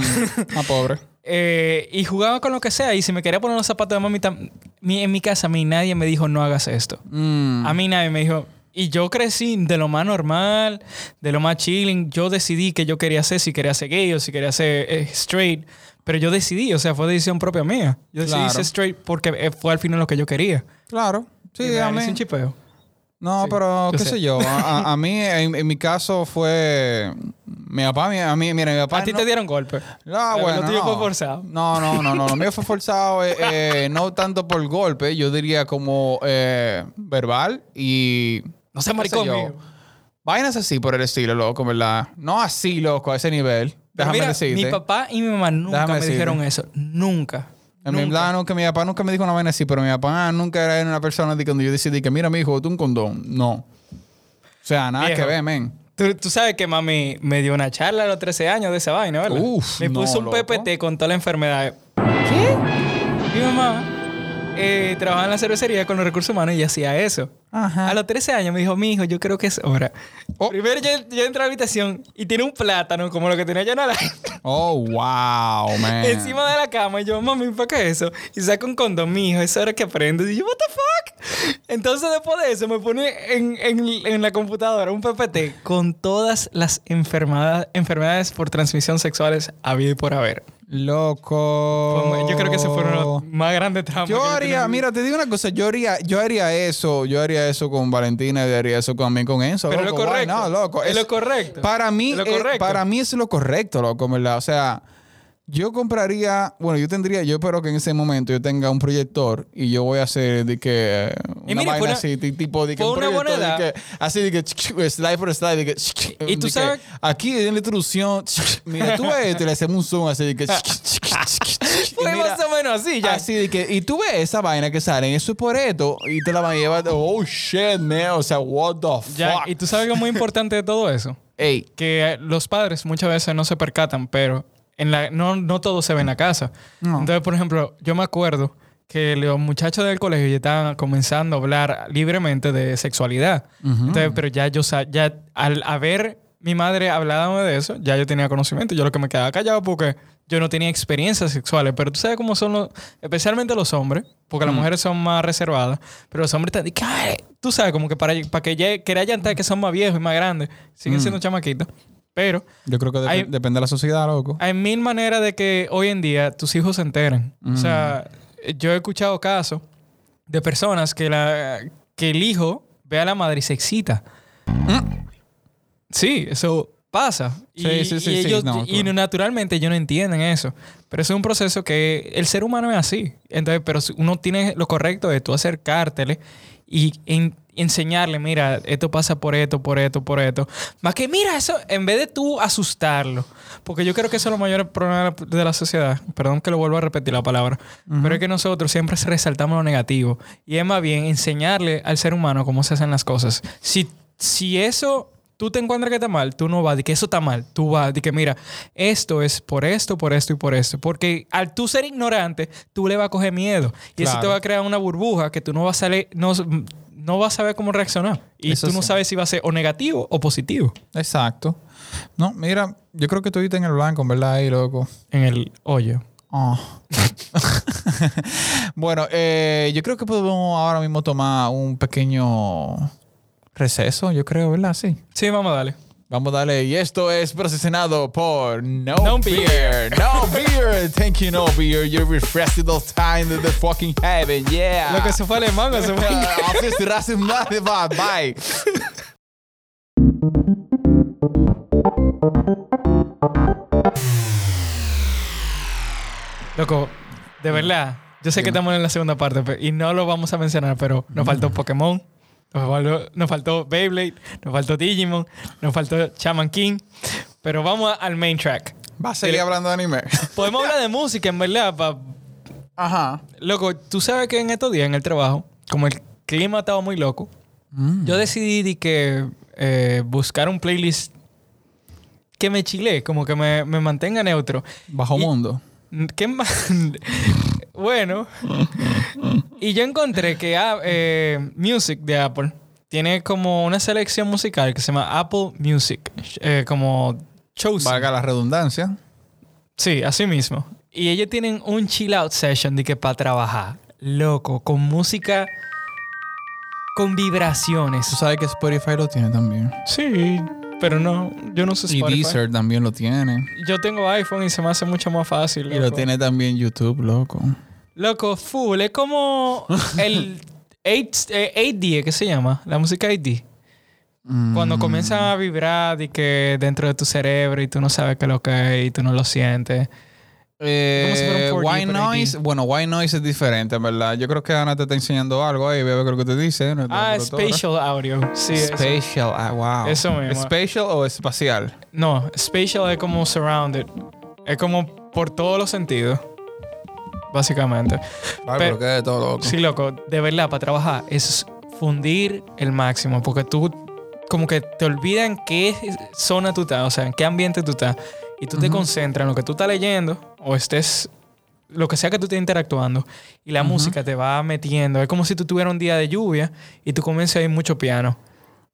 A: Ah, pobre.
B: Eh, y jugaba con lo que sea, y si me quería poner los zapatos de mami, tam- mi- en mi casa a mí nadie me dijo no hagas esto.
A: Mm.
B: A mí nadie me dijo. Y yo crecí de lo más normal, de lo más chilling. Yo decidí que yo quería ser, si quería ser gay o si quería ser eh, straight. Pero yo decidí, o sea, fue decisión propia mía. Yo decidí
A: Claro.
B: ser straight porque eh, fue al final lo que yo quería.
A: Claro.
B: Y
A: Sí,
B: me
A: amén.
B: hice un chipeo.
A: No,
B: Sí,
A: pero
B: yo
A: qué
B: sé.
A: sé yo. A, a- a mí, en, en mi caso, fue. Mi papá, mi- a mí, mira, mi papá.
B: a ti
A: Ah, no-
B: te dieron golpe.
A: No,
B: Lo-
A: bueno.
B: Lo tuyo
A: no.
B: fue forzado.
A: No, no, no, no. Lo mío fue forzado, eh, eh, no tanto por golpe, yo diría como eh, verbal y.
B: No seas
A: qué
B: maricón,
A: sé yo.
B: amigo.
A: Vainas así por el estilo, loco, ¿verdad? No así, loco, a ese nivel.
B: Pero
A: Déjame
B: mira,
A: decirte.
B: mi papá y mi mamá nunca
A: Déjame
B: me
A: decirte.
B: dijeron eso. Nunca.
A: En verdad, nunca, mi papá nunca me dijo una vaina así, pero mi papá nunca era una persona de cuando yo decidí que, mira, mi hijo, tú un condón. No. O sea, nada
B: Viejo.
A: que ver, men.
B: Tú, tú sabes que mami me dio una charla a los 13 años de esa vaina, ¿verdad?
A: Uf,
B: me
A: no,
B: puso un
A: loco.
B: PPT con toda la enfermedad. ¿Qué? Mi mamá eh, trabajaba en la cervecería con los recursos humanos y hacía eso.
A: Ajá.
B: A los 13 años me dijo, mi hijo, yo creo que es hora.
A: Oh.
B: Primero yo, yo entro a la habitación y tiene un plátano como lo que tenía Yanala
A: Oh, wow, man.
B: encima de la cama. Y yo, mami, ¿para qué es eso? Y saco un condón, mi hijo, es hora que aprendes. Y yo, what the fuck? Entonces después de eso me pone en, en- en la computadora un PPT con todas las enfermada- enfermedades por transmisión sexuales habido y por haber. Fue
A: Loco.
B: muy- Yo creo que ese fue uno de los más grandes traumas.
A: Oh. Yo
B: que tenía
A: haría,
B: en mi vida.
A: mira, te digo una cosa, yo haría, yo haría eso, yo haría eso con Valentina, yo haría eso también con Enzo.
B: Pero es
A: loco,
B: lo
A: why
B: correcto.
A: not, loco.
B: Es lo correcto.
A: Para mí,
B: Es lo
A: eh,
B: correcto.
A: para mí es lo correcto, loco, ¿verdad? O sea, yo compraría, bueno, yo tendría, yo espero que en ese momento yo tenga un proyector y yo voy a hacer de que eh,
B: Y
A: una
B: mira, fue
A: vaina
B: una-
A: así, ti- tipo de que
B: fue
A: un
B: una buena
A: proyector, de
B: edad.
A: que- así de que slide por slide, de que
B: Y
A: de
B: tú
A: que
B: sabes-
A: aquí en la introducción, mira, tú ves esto y le hacemos un zoom así de que y
B: Fue
A: mira,
B: más o menos así ya.
A: Así de que, y tú ves esa vaina que salen, eso es por esto, y te la van a llevar, oh shit, man, o sea, what the fuck.
B: Ya, Y tú sabes que es muy importante de todo eso.
A: Ey,
B: que eh, los padres muchas veces no se percatan, pero en la, no, no todo se ve en la casa.
A: No.
B: Entonces, por ejemplo, yo me acuerdo que los muchachos del colegio ya estaban comenzando a hablar libremente de sexualidad. Entonces, pero ya yo sa- ya al haber mi madre hablándome de eso, ya yo tenía conocimiento. Yo lo que me quedaba callado porque yo no tenía experiencias sexuales. Pero tú sabes cómo son los, especialmente los hombres, porque las mujeres son más reservadas. Pero los hombres te dicen, "Ay", tú sabes, como que para, para que ya, que allantar que son más viejos y más grandes, siguen siendo chamaquitos. Pero
A: Yo creo que dep-
B: Hay-
A: depende de la sociedad, loco.
B: hay mil maneras de que hoy en día tus hijos se enteren. O sea, yo he escuchado casos de personas que, la, que el hijo ve a la madre y se excita. Sí, eso pasa.
A: Sí,
B: y,
A: sí, sí,
B: y
A: sí,
B: ellos-
A: no,
B: y
A: claro.
B: naturalmente ellos no entienden eso. Pero eso es un proceso que el ser humano es así. Entonces, pero si uno tiene lo correcto de tú acercártele y en- enseñarle, mira, esto pasa por esto, por esto, por esto. Más que, mira, eso, en vez de tú asustarlo. Porque yo creo que eso es lo mayor problema de la- de la sociedad. Perdón que lo vuelvo a repetir la palabra. Pero es que nosotros siempre resaltamos lo negativo. Y es más bien enseñarle al ser humano cómo se hacen las cosas. Si, si eso tú te encuentras que está mal, tú no vas de que eso está mal. Tú vas de que, mira, esto es por esto, por esto y por esto. Porque al tú ser ignorante, tú le vas a coger miedo. Y eso te
A: Claro.
B: va a crear una burbuja que tú no vas a salir, no, no vas a saber cómo reaccionar. Y
A: Eso
B: tú no
A: sí.
B: sabes si va a ser o negativo o positivo
A: Exacto. No, mira, yo creo que tú viste en el blanco, en verdad, ahí, loco.
B: en el hoyo.
A: Ah. bueno, eh, yo creo que podemos ahora mismo tomar un pequeño receso, yo creo, ¿verdad? Sí.
B: Sí, vamos a darle.
A: Vamos a darle. Y esto es procesionado por No,
B: No
A: Beer. No Beer. Thank you, No Beer. You refreshed the time to the fucking heaven. Yeah.
B: Lo que se fue alemán, se fue inglés.
A: Ah, auf ist die Rasse Made, Mann. Bye.
B: Loco, de verdad, yo sé que estamos en la segunda parte pe- y no lo vamos a mencionar, pero nos faltó Pokémon, nos faltó, nos faltó Beyblade, nos faltó Digimon, nos faltó Shaman King, pero vamos a- al main track.
A: Va a seguir hablando de anime.
B: Podemos hablar de música, en verdad. pa-
A: Ajá.
B: Loco, tú sabes que en estos días en el trabajo, como el clima estaba muy loco, yo decidí de que eh, buscar un playlist que me chile, como que me, me mantenga neutro.
A: Bajo
B: Y-
A: mundo.
B: ¿Qué más? bueno. y yo encontré que ah, eh, Music de Apple tiene como una selección musical que se llama Apple Music. eh, como Chosen.
A: Valga la redundancia.
B: Sí, así mismo. Y ellos tienen un chill out session de que para trabajar. Loco, con música. Con vibraciones.
A: Tú sabes que Spotify lo tiene también.
B: Sí, pero no. Yo no sé
A: Y
B: Spotify.
A: Deezer también lo tiene.
B: Yo tengo iPhone y se me hace mucho más fácil.
A: Y lo
B: loco.
A: tiene también YouTube, loco.
B: Loco, full. Es como el 8, eh, 8D, ¿qué se llama? La música 8D. Cuando comienza a vibrar y que dentro de tu cerebro y tú no sabes qué es lo que es y tú no lo sientes. Como si fuera
A: Eh,
B: un 4D,
A: White
B: pero
A: Noise, bueno, White Noise es diferente, en ¿verdad? Yo creo que Ana te está enseñando algo ahí, bebé, creo que te dice. no te
B: Ah,
A: acuerdo todo.
B: spatial audio. Sí, eso.
A: Spatial, ah, wow.
B: Eso mismo.
A: ¿Spatial o espacial?
B: No, spatial es como surrounded. Es como por todos los sentidos. Básicamente.
A: Ay,
B: Pero-
A: pero, que de todo loco.
B: Sí, loco, de verdad, para trabajar es fundir el máximo, porque tú como que te olvidas en qué zona tú estás, o sea, en qué ambiente tú estás, y tú te concentras en lo que tú estás leyendo o estés, lo que sea que tú estés interactuando, y la música te va metiendo. Es como si tú tuvieras un día de lluvia y tú comienzas a ir mucho piano.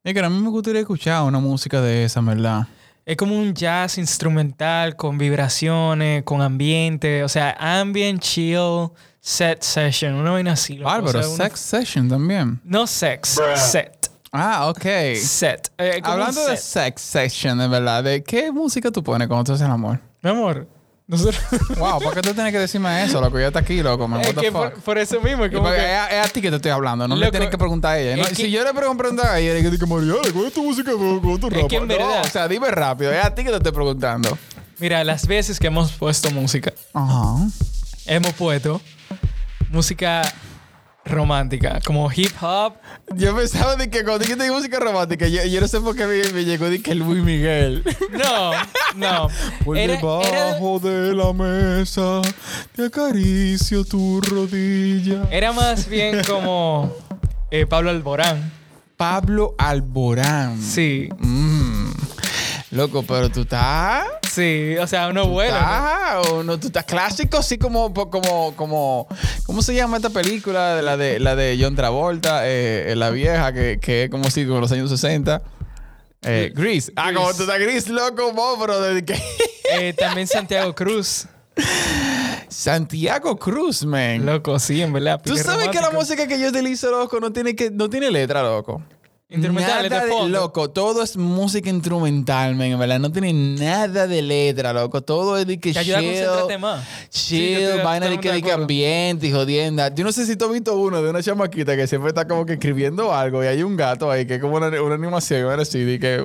A: Es que a mí me gustaría escuchar una música de esa, en ¿verdad?
B: Es como un jazz instrumental con vibraciones, con ambiente, o sea, ambient, chill, set session, una vaina así. loco, o
A: Bárbaro,
B: sea, una-
A: Sex Session también.
B: No sex, set.
A: Ah, ok.
B: set. Eh, como
A: Hablando
B: un
A: de
B: set.
A: Sex Session, en verdad, ¿de qué música tú pones cuando tú haces el amor?
B: Mi amor, nosotros...
A: Wow, ¿por qué tú tienes que decirme eso, loco? Ya está aquí, loco, man.
B: es
A: What the
B: que
A: fuck?
B: por, por eso mismo,
A: Y
B: como
A: porque
B: que...
A: Es, a- es a ti que te estoy hablando, no le
B: Loco,
A: tienes que preguntar a ella. ¿no?
B: es que-
A: si yo le pregunto a ella, le digo, María, ¿cuál es tu música? ¿Cuál cuál es tu
B: Es
A: ropa?
B: que en
A: No,
B: verdad-
A: o sea, dime rápido, es a ti que te estoy preguntando.
B: Mira, las veces que hemos puesto música,
A: Ajá.
B: hemos puesto música romántica, como hip hop.
A: Yo pensaba de que cuando dijiste música romántica, yo, yo no sé por qué me, me llegó de que Luis Miguel.
B: No, no.
A: Por
B: Era- era,
A: debajo de la mesa te acaricio tu rodilla.
B: era más bien como eh, Pablo Alborán.
A: Pablo Alborán.
B: Sí,
A: Mm. Loco, pero tú estás.
B: sí, o sea, uno bueno. ¿no?
A: Ah, o no, tú estás clásico, así como, po- como, como, ¿cómo se llama esta película? La de, la de John Travolta, eh, eh, la vieja, que, que es como si, como los años 60. Eh, Gris. Ah,
B: Grease.
A: como tú estás gris, loco, vos, brother. ¿qué?
B: Eh, también Santiago Cruz.
A: Santiago Cruz, man.
B: Loco, sí, en verdad.
A: Tú
B: pique
A: sabes que la
B: romántico.
A: música que yo utilizo, loco, no tiene, que, no tiene letra, loco.
B: Instrumentales
A: Nada
B: de fondo.
A: Loco, todo es música instrumental, men, en verdad. No tiene nada de letra, loco. Todo es de que
B: Te
A: chill,
B: ayuda a concentrarte más. Sí, yo
A: chill,
B: estoy
A: vaina de
B: totalmente
A: que
B: de
A: de que
B: acuerdo.
A: ambiente y jodienda. Yo no sé si tú has visto uno de una chamaquita que siempre está como que escribiendo algo y hay un gato ahí que es como una, una animación, bueno, sí, de que...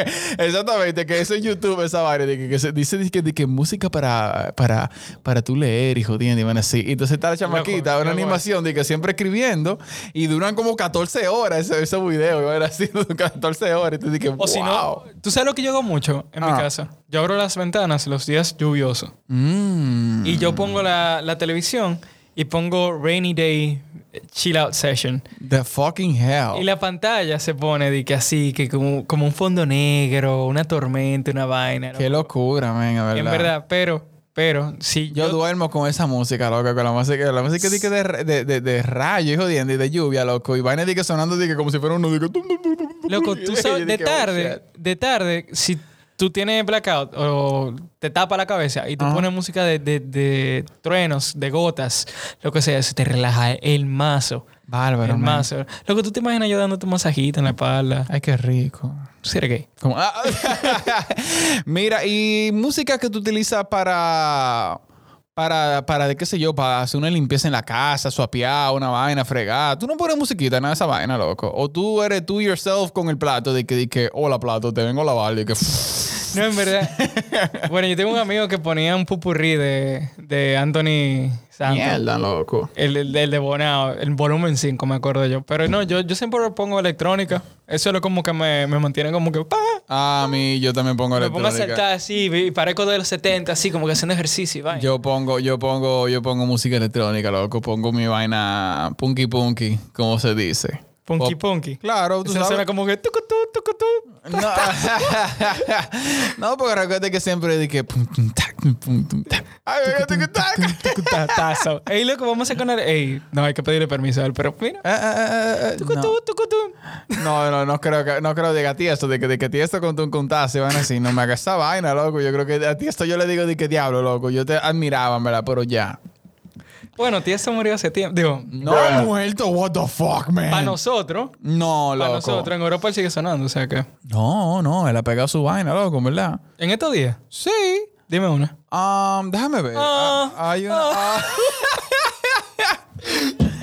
A: Exactamente, que eso en YouTube, esa vaina, de que, que se dice de que, de que música para, para, para tú leer y jodienda y van así. Y entonces está la chamaquita,
B: Loco,
A: una
B: loco,
A: animación de que siempre escribiendo y duran como 14 horas ese, ese video, iba a ver así, 14 horas. Y tú dices,
B: O si no, tú sabes lo que yo hago mucho en
A: Ah.
B: mi casa. Yo abro las ventanas los días lluviosos
A: Mm,
B: y yo pongo la, la televisión y pongo Rainy Day Chill Out Session.
A: the fucking hell.
B: Y la pantalla se pone de que así, que como, como un fondo negro, una tormenta, una vaina. ¿no?
A: Qué locura, men, en verdad.
B: En verdad, pero, pero, sí.
A: Yo, duermo con esa música, loco, con la música, la música de, que de, de, de, de rayo y jodiendo y de lluvia, loco. Y vaina de que sonando de que como si fuera uno de que... tum, tum, tum, tum, tum,
B: Loco,
A: y
B: tú
A: de-
B: sabes,
A: y
B: de
A: que,
B: tarde, de tarde, si tú tienes blackout o te tapa la cabeza y tú
A: Ajá.
B: pones música de, de- de truenos, de gotas, lo que sea, eso te relaja el mazo.
A: oh, shit. Bárbaro,
B: el
A: men.
B: mazo. Loco, tú te imaginas yo dándote un masajito en la espalda.
A: Ay, qué rico.
B: ¿Tú sí eres gay?
A: Como, ah, Mira, y música que tú utilizas para. Para, para, qué sé yo, para hacer una limpieza en la casa, suapear, una vaina, fregar. Tú no pones musiquita, nada de esa vaina, loco. O tú eres tú yourself con el plato, de que, de que hola plato, te vengo a lavar, y que.
B: No, en verdad. bueno, yo tengo un amigo que ponía un pupurrí de, de Anthony Santos.
A: Mierda, loco.
B: El, el- el de Bonao, el volumen 5, me acuerdo yo. Pero no, yo, yo siempre pongo electrónica. Eso es lo como que me, me mantiene como que... ¡pa!
A: A mí, yo también pongo
B: Me pongo a
A: electrónica.
B: saltar así, y parezco de los 70, así como que haciendo ejercicio. y vaina.
A: Yo pongo, yo pongo, yo pongo música electrónica, loco. Pongo mi vaina punky punky, como se dice.
B: punky
A: Pop-
B: punky.
A: Claro, tú
B: Eso
A: sabes.
B: suena como que tucu, tu, tucu, tu.
A: No, no porque recuerda que siempre dije pum, tum, tac, pum, pum, tum, tac. Ay, venga, tum, tac.
B: Tucu, ta, tazo. Ey, loco, vamos a con Ey, no, hay que pedirle permiso a él, pero mira.
A: Ah, ah, ah, ah,
B: Tucu, tu, tucu, tu.
A: No, no, no, no creo que no creo diga a ti esto, de que, de que a ti esto con tu contazo, van así, no me hagas esa vaina, loco. Yo creo que a ti esto yo le digo de que diablo, loco. Yo te admiraba, ¿verdad? Pero ya.
B: Bueno, tía se murió hace tiempo. Digo,
A: No he muerto, what the fuck, man.
B: para nosotros,
A: no,
B: para
A: loco.
B: nosotros, en Europa él sigue sonando, o sea que.
A: No, no, él ha pegado su vaina, loco, ¿verdad?
B: En estos días,
A: Sí.
B: dime una.
A: Um, déjame ver.
B: Ah,
A: Ah, hay una. ah.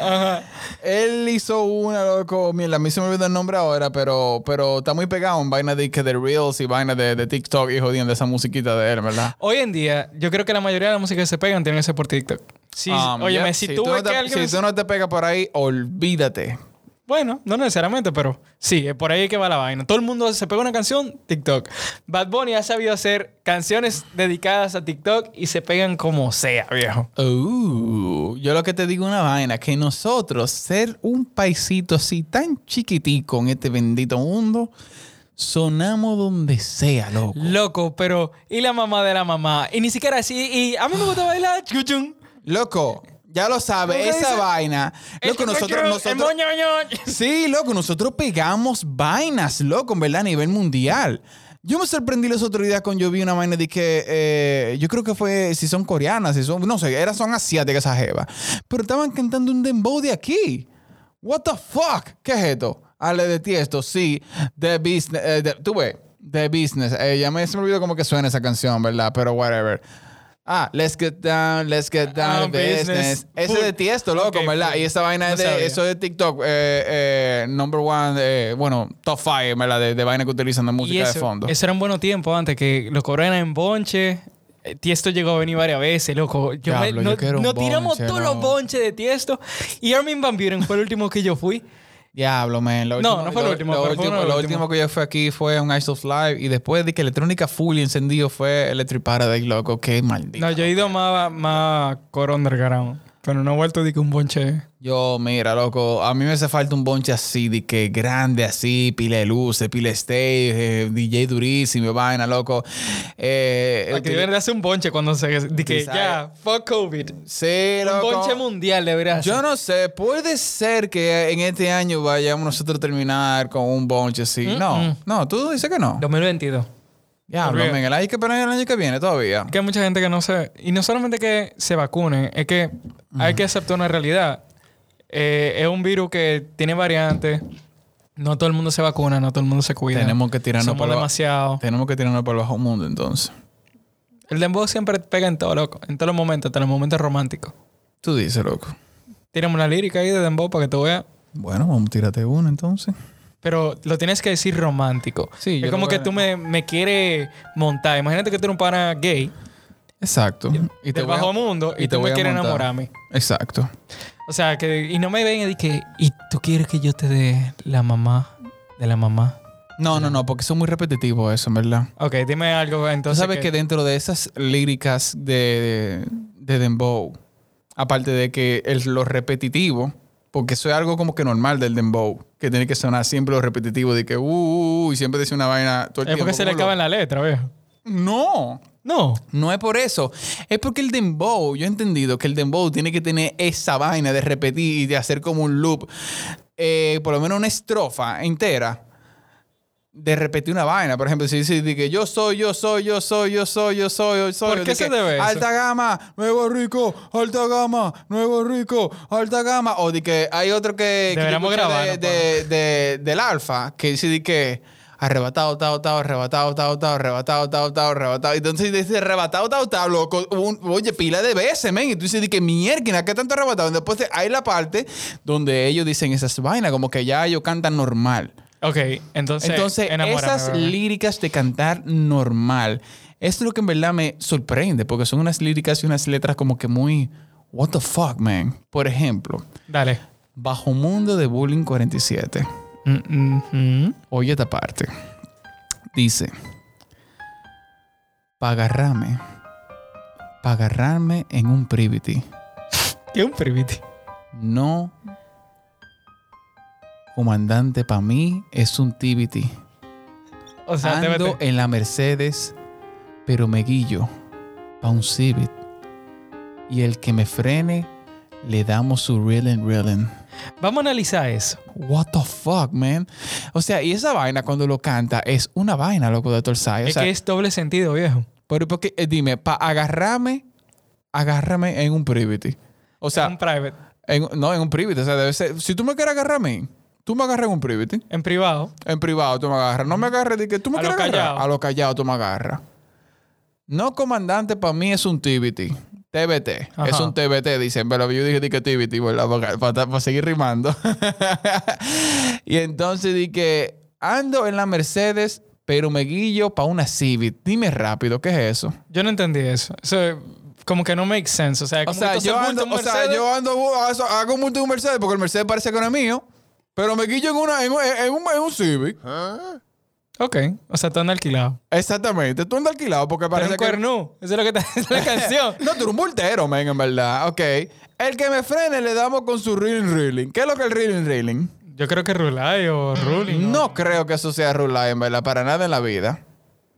A: Él hizo una, loco. Mira, a mí se me olvidó el nombre ahora, pero, pero está muy pegado en vaina de, que de Reels y vaina de, de TikTok y jodiendo esa musiquita de él, ¿verdad?
B: Hoy en día, yo creo que la mayoría de la música que se pegan tienen que ser por TikTok. Sí,
A: Um,
B: oye,
A: yeah,
B: si, tú
A: no
B: ves
A: te-
B: que alguien.
A: si tú no te pegas por ahí, olvídate.
B: Bueno, no necesariamente, pero sí, es por ahí que va la vaina. Todo el mundo se pega una canción, TikTok. Bad Bunny ha sabido hacer canciones dedicadas a TikTok y se pegan como sea, viejo.
A: Uh, yo lo que te digo una vaina, que nosotros ser un paisito así tan chiquitico en este bendito mundo, sonamos donde sea, loco.
B: Loco, pero y la mamá de la mamá. Y ni siquiera así. Y a mí me gusta bailar. chuchun.
A: Loco, ya lo sabe,
B: ¿Cómo que
A: esa
B: dice?
A: vaña. vaina. Loco,
B: El
A: nosotros,
B: chuchun, el
A: nosotros.
B: moñoño.
A: Sí, loco, nosotros pegamos vainas, loco, en verdad, a nivel mundial. Yo me sorprendí los otros días cuando yo vi una vaina de que eh, yo creo que fue si son coreanas, si son, no sé, eran son asiáticas esas jevas. Pero estaban cantando un dembow de aquí. What the fuck? ¿Qué es esto? Ah, le detiesto, sí. The business, eh, the- tú ves, The business. Eh, ya me, se me olvidó cómo que suena esa canción, ¿verdad? Pero whatever. Ah, let's get down, let's get down
B: Ah,
A: to business.
B: business.
A: Ese
B: Full.
A: de tiesto, loco,
B: Ok,
A: ¿verdad?
B: full.
A: Y esa vaina
B: No
A: es de,
B: sabía.
A: eso de TikTok, eh, eh, number one, eh, bueno, top five, ¿verdad? De, de vaina que utilizan de
B: Y
A: música
B: eso,
A: de fondo.
B: eso era un buen tiempo antes que los corren en bonche. Eh, Tiesto llegó a venir varias veces, loco. Yo me-
A: Diablo, yo
B: no,
A: quiero un
B: no tiramos
A: bonche,
B: todos
A: no.
B: los bonches de Tiesto. Y Armin Van Buren fue el último que yo fui.
A: Diablo, man. Lo último-
B: No, no fue lo último,
A: Lo,
B: pero fue uno de
A: lo
B: los
A: último
B: últimos.
A: que yo fui aquí fue un Ice of Live y después de que electrónica full y encendido fue Electric Paradise, loco. Qué maldito.
B: No, yo he ido más, más core underground. Pero no ha vuelto de que un bonche.
A: Yo, mira, loco, a mí me hace falta un bonche así, de que grande, así, pila de luces, pila de stage, eh, DJ durísimo, vaina, loco. Eh,
B: Que
A: util-
B: debería de hacer un bonche cuando se. De que
A: Quizá-
B: ya, fuck COVID.
A: sí,
B: Un
A: loco.
B: bonche mundial debería hacer.
A: Yo no sé, puede ser que en este año vayamos nosotros a terminar con un bonche así.
B: Mm,
A: No, no, tú dices que no.
B: 2022.
A: Ya,
B: Porque-
A: men, el año que pero el año que viene todavía.
B: Que hay mucha gente que no se... Y no solamente que se vacunen, es que hay que aceptar una realidad. Eh, es un virus que tiene variantes. No todo el mundo se vacuna, no todo el mundo se cuida.
A: Tenemos que tirarnos
B: Somos
A: para la-
B: demasiado.
A: Tenemos que tirarnos para el bajo mundo entonces.
B: El dembow siempre pega en todo, loco. En todos los momentos, hasta los momentos románticos.
A: Tú dices, loco.
B: Tírame una lírica ahí de dembow para que tú veas.
A: Bueno, vamos a tirarte uno entonces.
B: Pero lo tienes que decir romántico.
A: Sí, yo
B: es como
A: lo
B: que
A: voy a-
B: tú me, me quieres montar. Imagínate que tú eres un pana gay
A: Exacto. Y
B: del
A: voy a-
B: bajo mundo y,
A: y te
B: tú
A: voy
B: me
A: a
B: quieres
A: montar.
B: enamorarme.
A: Exacto.
B: O sea, que y no me ven y di que ¿y tú quieres que yo te dé la mamá de la mamá?
A: No, no, no, porque son muy repetitivos eso, en verdad.
B: Ok, dime algo
A: Tú
B: entonces.
A: sabes que dentro de esas líricas de, de Dembow, aparte de que es lo repetitivo, porque eso es algo como que normal del Dembow, que tiene que sonar siempre lo repetitivo, de que uh, uh, uh, y siempre dice una vaina todo el
B: es
A: tiempo.
B: porque se le
A: como
B: acaba en
A: lo-
B: la letra, viejo.
A: No.
B: No.
A: No es por eso. Es porque el dembow, yo he entendido que el dembow tiene que tener esa vaina de repetir y de hacer como un loop, eh, por lo menos una estrofa entera de repetir una vaina. Por ejemplo, si dice de que yo soy, yo soy, yo soy, yo soy, yo soy, yo soy.
B: ¿Por
A: de
B: qué se
A: que,
B: debe eso?
A: Alta gama, nuevo rico, alta gama, nuevo rico, alta gama. O de que hay otro que... que yo
B: Deberíamos
A: escuché
B: grabarlo,
A: de- de- de- del alfa, que dice de que arrebatado, tao, tao, arrebatado, tao, tao, arrebatado, tao, tao, arrebatado. Y Entonces dice arrebatado, tao, tao, loco. Un- oye, pila de veces, men. Y tú dices de que mierda, ¿qué tanto arrebatado? Y después hay la parte donde ellos dicen esas vainas, como que ya ellos cantan normal.
B: Ok, entonces.
A: Entonces,
B: enamórame,
A: esas
B: bebé.
A: líricas de cantar normal, es lo que en verdad me sorprende, porque son unas líricas y unas letras como que muy, what the fuck, man. Por ejemplo,
B: Dale.
A: Bajo Mundo de Bullying 47.
B: Mm, mm, mm.
A: Oye esta parte. Dice, pagarrame, pagarrame en un privity,
B: ¿Qué es un privity?
A: no comandante para mí es un tibity.
B: O sea, te
A: Ando en la Mercedes, pero me guillo pa' un Civic. Y el que me frene, le damos su reeling, reeling.
B: Vamos a analizar eso.
A: What the fuck, man. O sea, y esa vaina cuando lo canta es una vaina, loco, de Torsai. O
B: es
A: sea,
B: que es doble sentido, viejo.
A: pero porque, eh, dime, pa' agarrarme, agárrame en un privity. O sea,
B: un private.
A: en- no, en un privity. O sea, debe ser, si tú me quieres agarrar a mí, tú me agarras en un privity.
B: En privado.
A: En privado tú me agarras. No me agarres de que tú me
B: A
A: quieres
B: lo
A: agarrar.
B: callado.
A: A lo callado tú me agarras. No, comandante, para mí es un TBT. TBT.
B: Ajá.
A: Es un TBT, dicen. Pero yo dije di que TBT, ¿verdad? Para, para- para seguir rimando. y entonces di que ando en la Mercedes, pero me guillo para una Civic. Dime rápido, ¿qué es eso?
B: Yo no entendí eso. Eso como que no make sense. O sea,
A: O
B: como
A: sea,
B: que tú
A: yo
B: se
A: ando,
B: monta
A: o
B: un
A: sea,
B: Mercedes.
A: yo ando, bu- hago- hago un multi un Mercedes porque el Mercedes parece que no es mío. Pero me guillo en, una, en, un- en un, en un Civic.
B: Ok, o sea, tú andas alquilado.
A: Exactamente. Tú andas alquilado porque
B: Para
A: parece
B: un
A: que...
B: cuernú. Eso es lo que está en la canción.
A: No, tú eres un bultero, men, en verdad. Ok. El que me frene le damos con su reeling reeling. ¿Qué es lo que es el reeling reeling?
B: Yo creo que Rulay o Ruling.
A: No creo que eso sea rulay, en verdad, para nada en la vida.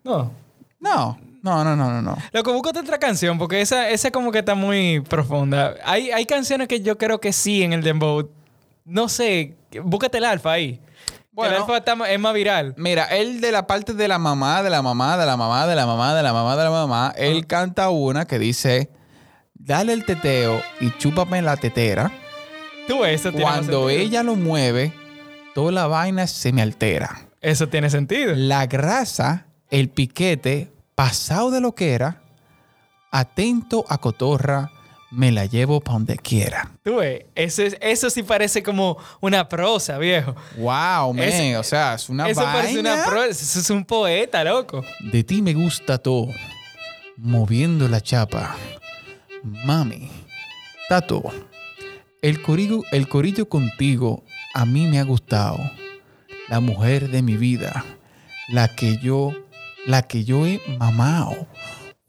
B: No.
A: No. No, no, no, no, no.
B: Loco, búscate otra canción porque esa, esa como que está muy profunda. Hay, hay canciones que yo creo que sí en el dembow. No sé, búscate el alfa ahí.
A: Bueno.
B: Bueno, el alfa está ma- es más viral.
A: Mira, él de la parte de la mamá, de la mamá, de la mamá, de la mamá, de la mamá, de la mamá,
B: Ah.
A: él canta una que dice, dale el teteo y chúpame la tetera.
B: Tú ves, eso tiene más
A: Cuando
B: sentido.
A: ella lo mueve, toda la vaina se me altera.
B: Eso tiene sentido.
A: la grasa, el piquete, pasado de lo que era, atento a cotorra, me la llevo pa' donde quiera.
B: Tú ves, eso, es- eso sí parece como una prosa, viejo.
A: Wow, man.
B: Ese-
A: o sea, es una
B: eso parece
A: vaina.
B: una prosa. Eso es un poeta, loco.
A: De ti me gusta todo. Moviendo la chapa. Mami. Tato. El corillo, el corillo contigo a mí me ha gustado. La mujer de mi vida. La que yo, la que yo he mamado.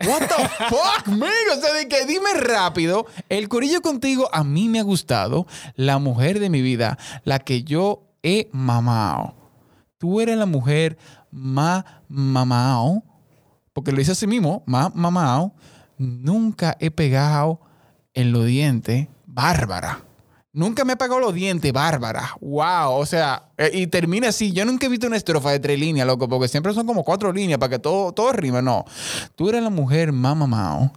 A: What the fuck, man? O sea, de que dime rápido. El corillo contigo a mí me ha gustado. La mujer de mi vida, la que yo he mamado. Tú eres la mujer más mamao. Porque lo dice así mismo, más mamao. Nunca he pegado en los dientes, Bárbara. Nunca me he pegado los dientes, Bárbara. Wow, o sea, eh, y termina así. Yo nunca he visto una estrofa de tres líneas, loco, porque siempre son como cuatro líneas para que todo, todo rime. No, tú eres la mujer más mamao,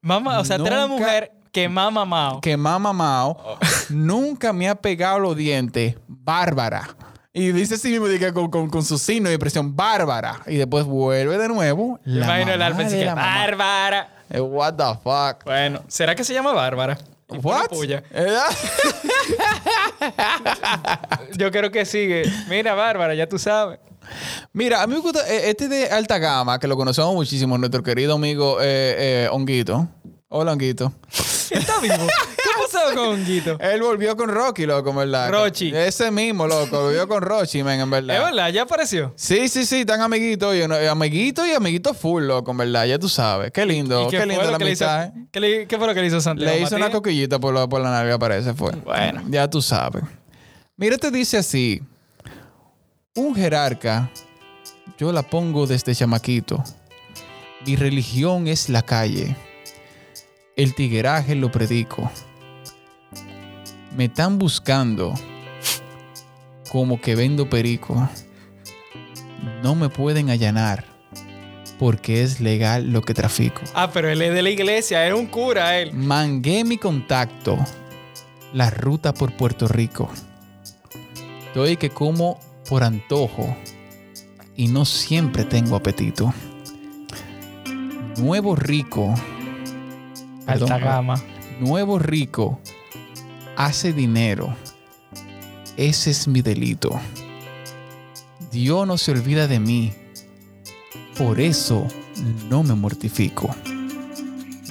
B: Mamá, o sea, tú eres la
A: Nunca-
B: mujer que más mamado.
A: que más mamao,
B: Oh.
A: nunca me ha pegado los dientes, Bárbara. Y dice así mismo, diga, con, con- con su signo de expresión, Bárbara. Y después vuelve de nuevo.
B: Me
A: la
B: imagino el
A: mamá
B: alfa
A: de
B: así que,
A: la mamá.
B: Bárbara.
A: Eh, What the fuck?
B: Bueno, ¿será que se llama Bárbara? Y pone
A: What?
B: puya.
A: Eh,
B: Yo creo que sigue. Mira, Bárbara, ya tú sabes.
A: Mira, a mí me gusta eh, este de alta gama, que lo conocemos muchísimo, nuestro querido amigo eh, eh, Honguito. Hola, Honguito.
B: Está vivo. ¿Qué pasó con Honguito?
A: Él volvió con Rocky, loco, en verdad.
B: Rochi.
A: Ese mismo, loco, volvió con Rochi, men, en verdad.
B: Es verdad, ya apareció.
A: Sí, sí, sí, tan amiguito y, uno- y amiguito eh, y amiguito full, loco, en verdad, ya tú sabes. Qué lindo,
B: ¿Y
A: qué,
B: fue
A: lindo
B: lo
A: la
B: que le hizo-
A: amistad. ¿eh?
B: ¿Qué, le- qué fue lo que le hizo Santiago?
A: Le hizo una
B: Matías?
A: coquillita por la, por la nalga, parece, fue.
B: Bueno.
A: Ya tú sabes. Mira, te dice así. Un jerarca, yo la pongo desde chamaquito. Mi religión es la calle. El tigueraje lo predico. Me están buscando como que vendo perico. No me pueden allanar porque es legal lo que trafico.
B: Ah, pero él es de la iglesia, era un cura él.
A: Mangué mi contacto. La ruta por Puerto Rico. Doy que como por antojo. Y no siempre tengo apetito. Nuevo rico. Perdón,
B: Alta gama.
A: Nuevo rico. Hace dinero. Ese es mi delito. Dios no se olvida de mí. Por eso no me mortifico.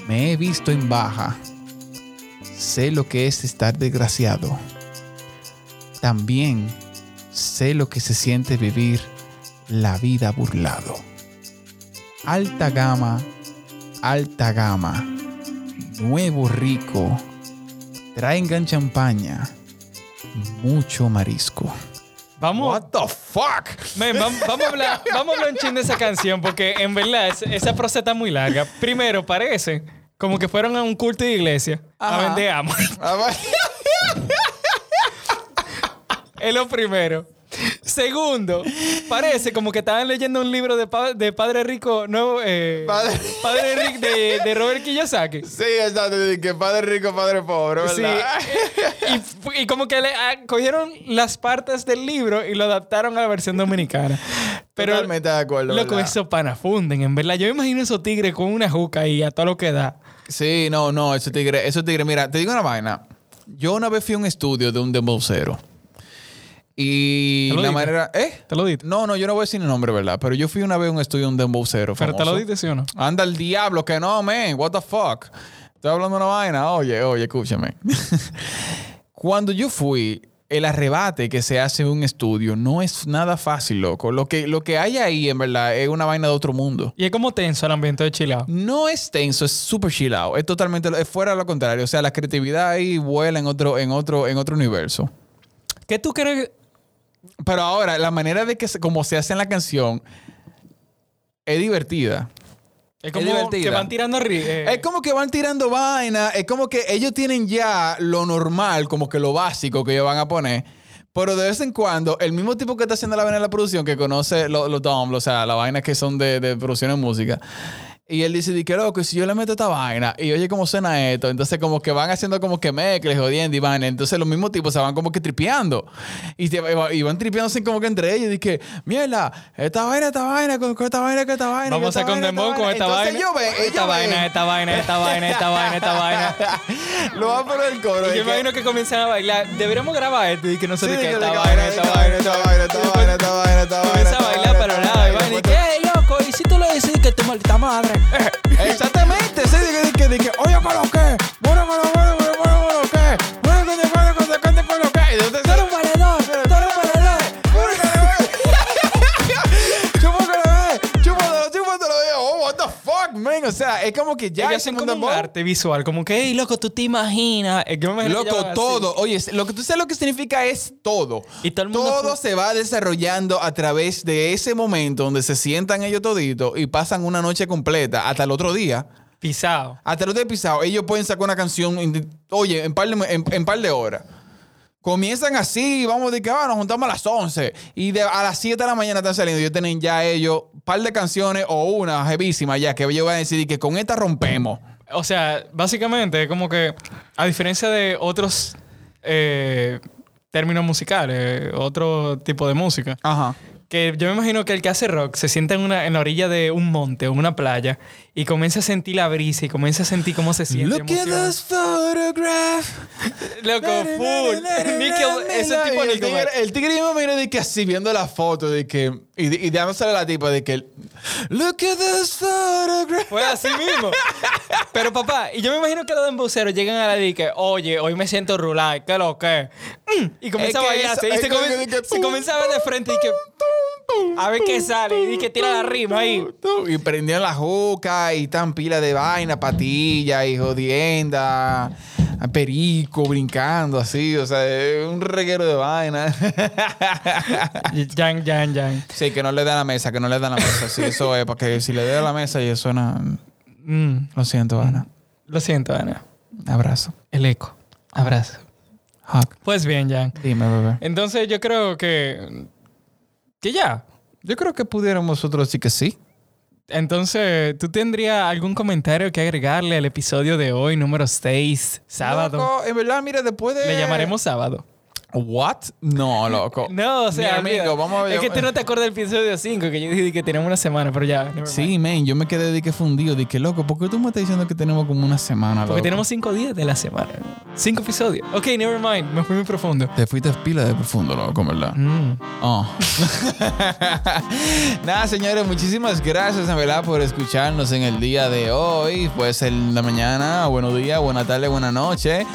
A: Me he visto en baja. Sé lo que es estar desgraciado. También sé lo que se siente vivir la vida burlado. Alta gama, alta gama, nuevo rico. Traigan champaña, mucho marisco.
B: Vamos,
A: the fuck?
B: men, vam- vamos, a hablar, vamos a hablar un chin de esa canción porque en verdad es- esa prosa está muy larga. Primero, parece como que fueron a un culto de iglesia
A: Ajá.
B: a vender amo.
A: Ah,
B: Es lo primero. Segundo, parece como que estaban leyendo un libro de, pa- de Padre Rico nuevo. eh,
A: Padre-
B: padre. Rico de, de Robert Kiyosaki.
A: Sí, exacto, que padre rico, padre pobre,
B: Sí. Y, fu- y como que le ah, cogieron las partes del libro y lo adaptaron a la versión dominicana. Pero
A: Totalmente de acuerdo,
B: Loco,
A: ¿verdad?
B: esos panas funden, en verdad. Yo me imagino esos tigres con una juca y a todo lo que da.
A: Sí, no, no, ese tigre, ese tigre, mira, te digo una vaina. Yo una vez fui a un estudio de un dembousero. Y
B: ¿Te lo
A: la
B: dije?
A: manera, ¿eh?
B: ¿Te lo diste?
A: No, no, yo no voy a decir el nombre, ¿verdad? Pero yo fui una vez a un estudio de un dembousero
B: Pero te lo
A: famoso.
B: diste, ¿sí o no?
A: Anda el diablo, que no, man. What the fuck. Estoy hablando una vaina. Oye, oye, escúchame. Cuando yo fui, el arrebate que se hace en un estudio no es nada fácil, loco. Lo que, lo que hay ahí, en verdad, es una vaina de otro mundo.
B: Y es como tenso el ambiente de Chilao.
A: No es tenso, es súper chill out. Es totalmente lo- es fuera lo contrario. O sea, la creatividad ahí vuela en otro, en otro, en otro universo.
B: ¿Qué tú crees?
A: Pero ahora, la manera de que se- como se hace en la canción es divertida.
B: Es como
A: divertida.
B: que van tirando ri- eh,
A: Es como que van tirando vaina, es como que ellos tienen ya lo normal, como que lo básico que ellos van a poner. Pero de vez en cuando, el mismo tipo que está haciendo la vaina de la producción, que conoce los lo dumb, o sea, las vainas que son de, de producción de música. Y él dice, di que loco, y si yo le meto esta vaina y oye cómo suena esto, entonces como que van haciendo como que mezcles, jodiendo y vaina. Entonces los mismos tipos se van como que tripeando. Y, se- y van tripeándose como que entre ellos. Y que, mierda, esta vaina, esta vaina, con con esta vaina, con esta vaina.
B: Vamos
A: esta
B: a hacer con
A: vaina, esta
B: Demón con esta vaina.
A: Entonces yo ve-
B: esta
A: yo ve-
B: vaina, esta vaina, esta vaina, esta vaina, esta vaina.
A: Lo va a poner el coro.
B: Y
A: de
B: yo
A: que-
B: imagino que comienzan a bailar. Deberíamos grabar esto y que no
A: Sí,
B: sé de
A: que
B: qué.
A: le
B: Esta
A: cae,
B: vaina, esta vaina, esta vaina.
A: esta vaina, esta vaina, esta vaina.
B: Comienza a
A: esta
B: bailar
A: vaina,
B: para
A: esta
B: nada. Y
A: vaina,
B: vaina y
A: esta
B: que, "Ey, loco, y si tú le decís que tu maldita madre.
A: vaina. Exactamente, sí, de que, de que, de que, oye, con lo que, bueno, con lo bueno, bueno, bueno, con lo que, bueno, con lo bueno, con lo que, con lo que, y entonces-
B: valedor, tú eres un valedor.
A: bueno, con lo bueno. Chupa con lo que, chúpatelo, chúpatelo, y yo, oh, what the fuck, men, o sea, es como que ya
B: Ellos
A: ese
B: hacen
A: mundo
B: como un
A: woke-
B: arte visual, como que, hey, loco, tú te imaginas. Es que me imagino que
A: Loco,
B: llaman así.
A: todo. Oye, lo que tú sabes lo que significa es todo.
B: Y todo el mundo fue-
A: se va desarrollando a través de ese momento donde se sientan ellos toditos y pasan una noche completa hasta el otro día.
B: Pisado.
A: Hasta el otro día pisado, ellos pueden sacar una canción, en- oye, en par de, en, en par de horas. Comienzan así, vamos de que ah, nos juntamos a las 11 y de- a las 7 de la mañana están saliendo. Ellos tienen ya ellos un par de canciones o una jevísima ya que ellos van a decidir que con esta rompemos.
B: O sea, básicamente es como que, a diferencia de otros eh, términos musicales, otro tipo de música,
A: Ajá.
B: que yo me imagino que el que hace rock se sienta en, una, en la orilla de un monte o una playa y comienza a sentir la brisa y comienza a sentir cómo se siente.
A: Look at
B: emociona.
A: this photograph.
B: Loco, full. Nickel, ese tipo
A: Y
B: de
A: el tigre, el tigre yo me imagino de que así viendo la foto de que y, de- y dándosela a la tipa de que look at this photograph.
B: Fue así mismo. Pero papá, y yo me imagino que los embuceros llegan a la di que, oye, hoy me siento rural, ¿qué lo que? Mm, Y comienza
A: Es
B: a
A: que
B: bailarse.
A: eso-
B: Y
A: es
B: se,
A: como
B: comienza,
A: que di que
B: se
A: pum,
B: comienza a ver de frente y que, a ver qué sale. Y que tira la rima ahí.
A: Y prendían la juca y tan pila de vaina, patilla y jodienda, a perico brincando así, o sea, es un reguero de vaina.
B: Yang, yang, yang.
A: sí, que no le dan la mesa, que no le dan la mesa, sí, eso es, porque si le dan la mesa y eso no,
B: Mm,
A: lo siento, Ana.
B: lo siento, Ana.
A: Abrazo.
B: El eco. Abrazo.
A: Hug.
B: Pues bien, Yang.
A: Dime, bebé.
B: Entonces yo creo que... Que ya.
A: Yo creo que pudiéramos otros sí que sí.
B: Entonces, ¿tú tendrías algún comentario que agregarle al episodio de hoy, número 6, sábado?
A: Loco, en verdad, mira, después de.
B: Le llamaremos sábado.
A: ¿What? No, loco.
B: No, o sea,
A: Mi amigo,
B: olvida.
A: vamos a
B: Es que tú no te acuerdas del episodio 5, que yo dije que teníamos una semana, pero ya. never mind.
A: Sí, men, yo me quedé de que fundido, de que loco, ¿por qué tú me estás diciendo que tenemos como una semana,
B: Porque
A: loco?
B: tenemos 5 días de la semana. 5 episodios. Ok, never mind. Me fui muy profundo.
A: Te fuiste pila de profundo, loco, en ¿verdad?
B: Mm.
A: Oh. Nada, señores, muchísimas gracias en verdad por escucharnos en el día de hoy. Pues en la mañana, buenos días, buena tarde, buena noche.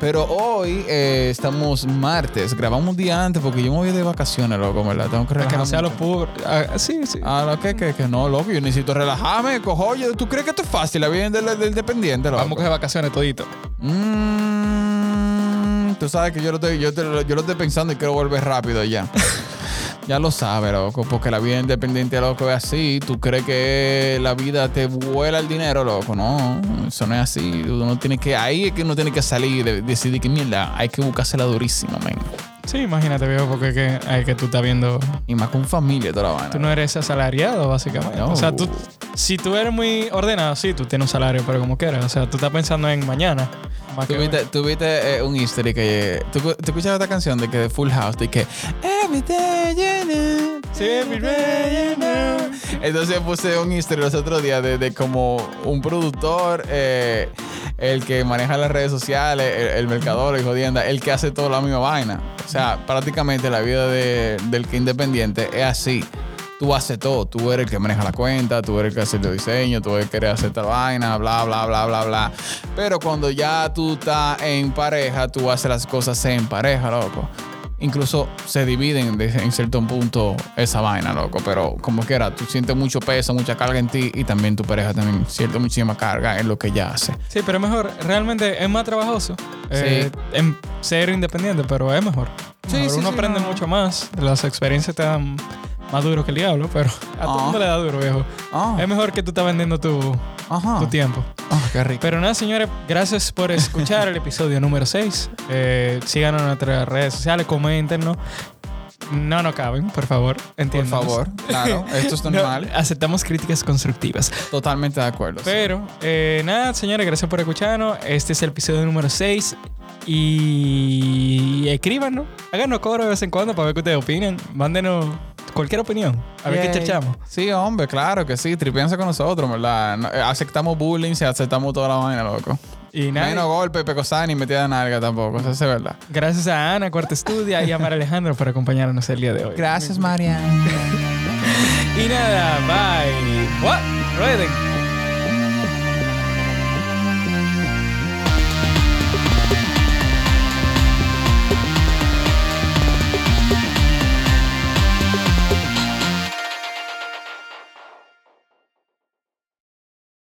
A: Pero hoy eh, estamos martes. Grabamos un día antes porque yo me voy de vacaciones, loco, en ¿verdad? Tengo que
B: Para que
A: relajarme
B: no sea
A: un
B: lo puro. Ah, sí, sí.
A: Ah, no, que, que, que no, loco. Yo necesito relajarme, cojo. Oye, ¿tú crees que esto es fácil? La vida del, del dependiente, loco.
B: Vamos a coger vacaciones todito.
A: Mm, tú sabes que yo lo, estoy, yo, te- yo lo estoy pensando y quiero volver rápido ya. ya lo sabes, loco. Porque la vida independiente, loco, es así. ¿Tú crees que la vida te vuela el dinero, loco? No, eso no es así. Uno tiene que... Ahí es que uno tiene que salir y de- decidir que, mierda, hay que buscársela durísima, men.
B: Sí, imagínate, viejo, porque es que, ay, que tú estás viendo.
A: Y más con familia y toda la vaina.
B: Tú no eres asalariado, básicamente.
A: No.
B: O sea, tú. Si tú eres muy ordenado, sí, tú tienes un salario, pero como quieras. O sea, tú estás pensando en mañana. Más que
A: Tuviste, tuviste eh, un easter egg que... eh, ¿Tú, tú escuchas esta canción de que de Full House? De que... Every day you know, every day you know. Entonces puse un easter egg los otros días de, de como un productor, eh, el que maneja las redes sociales, el, el mercador, el jodienda, el que hace toda la misma vaina. O sea, prácticamente la vida de- del que independiente es así. Tú haces todo, tú eres el que maneja la cuenta, tú eres el que hace el diseño, tú eres el que hace esta vaina, bla, bla, bla, bla, bla. Pero cuando ya tú estás en pareja, tú haces las cosas en pareja, loco. Incluso se dividen de- en cierto punto esa vaina, loco. Pero como quiera, tú sientes mucho peso, mucha carga en ti y también tu pareja también siente muchísima carga en lo que ella hace.
B: Sí, pero es mejor. Realmente es más trabajoso eh, en ser independiente, pero es mejor.
A: Sí,
B: Mejor
A: sí,
B: uno
A: sí,
B: aprende
A: no, no.
B: mucho más. Las experiencias te dan más duro que el diablo, pero a todo
A: Ah.
B: el mundo le da duro, viejo.
A: Ah,
B: Es mejor que tú estás vendiendo tu,
A: ajá.
B: tu tiempo.
A: Ah, qué rico.
B: Pero nada, señores, gracias por escuchar el episodio número 6. síganos en nuestras redes sociales, coméntenos. No nos caben, por favor.
A: Por
B: entiéndanos.
A: favor, claro, esto es
B: No,
A: normal.
B: aceptamos críticas constructivas.
A: Totalmente de acuerdo. sí.
B: Pero, eh, nada, señores, gracias por escucharnos. Este es el episodio número 6. Y escríbanos, háganos coro de vez en cuando para ver qué ustedes opinan. Mándenos cualquier opinión, a ver qué
A: Yay.
B: chachamos.
A: Sí, hombre, claro que sí. Tripiensa con nosotros, ¿verdad? No- eh, Aceptamos bullying, se aceptamos toda la vaina, loco.
B: Y nada,
A: Menos golpe, pecosada ni metida de nalga tampoco. Eso es verdad.
B: gracias a Ana, Cuarta Estudia y a Mar Alejandro por acompañarnos el día de hoy.
A: Gracias, María.
B: Y nada, bye. What? Rueden.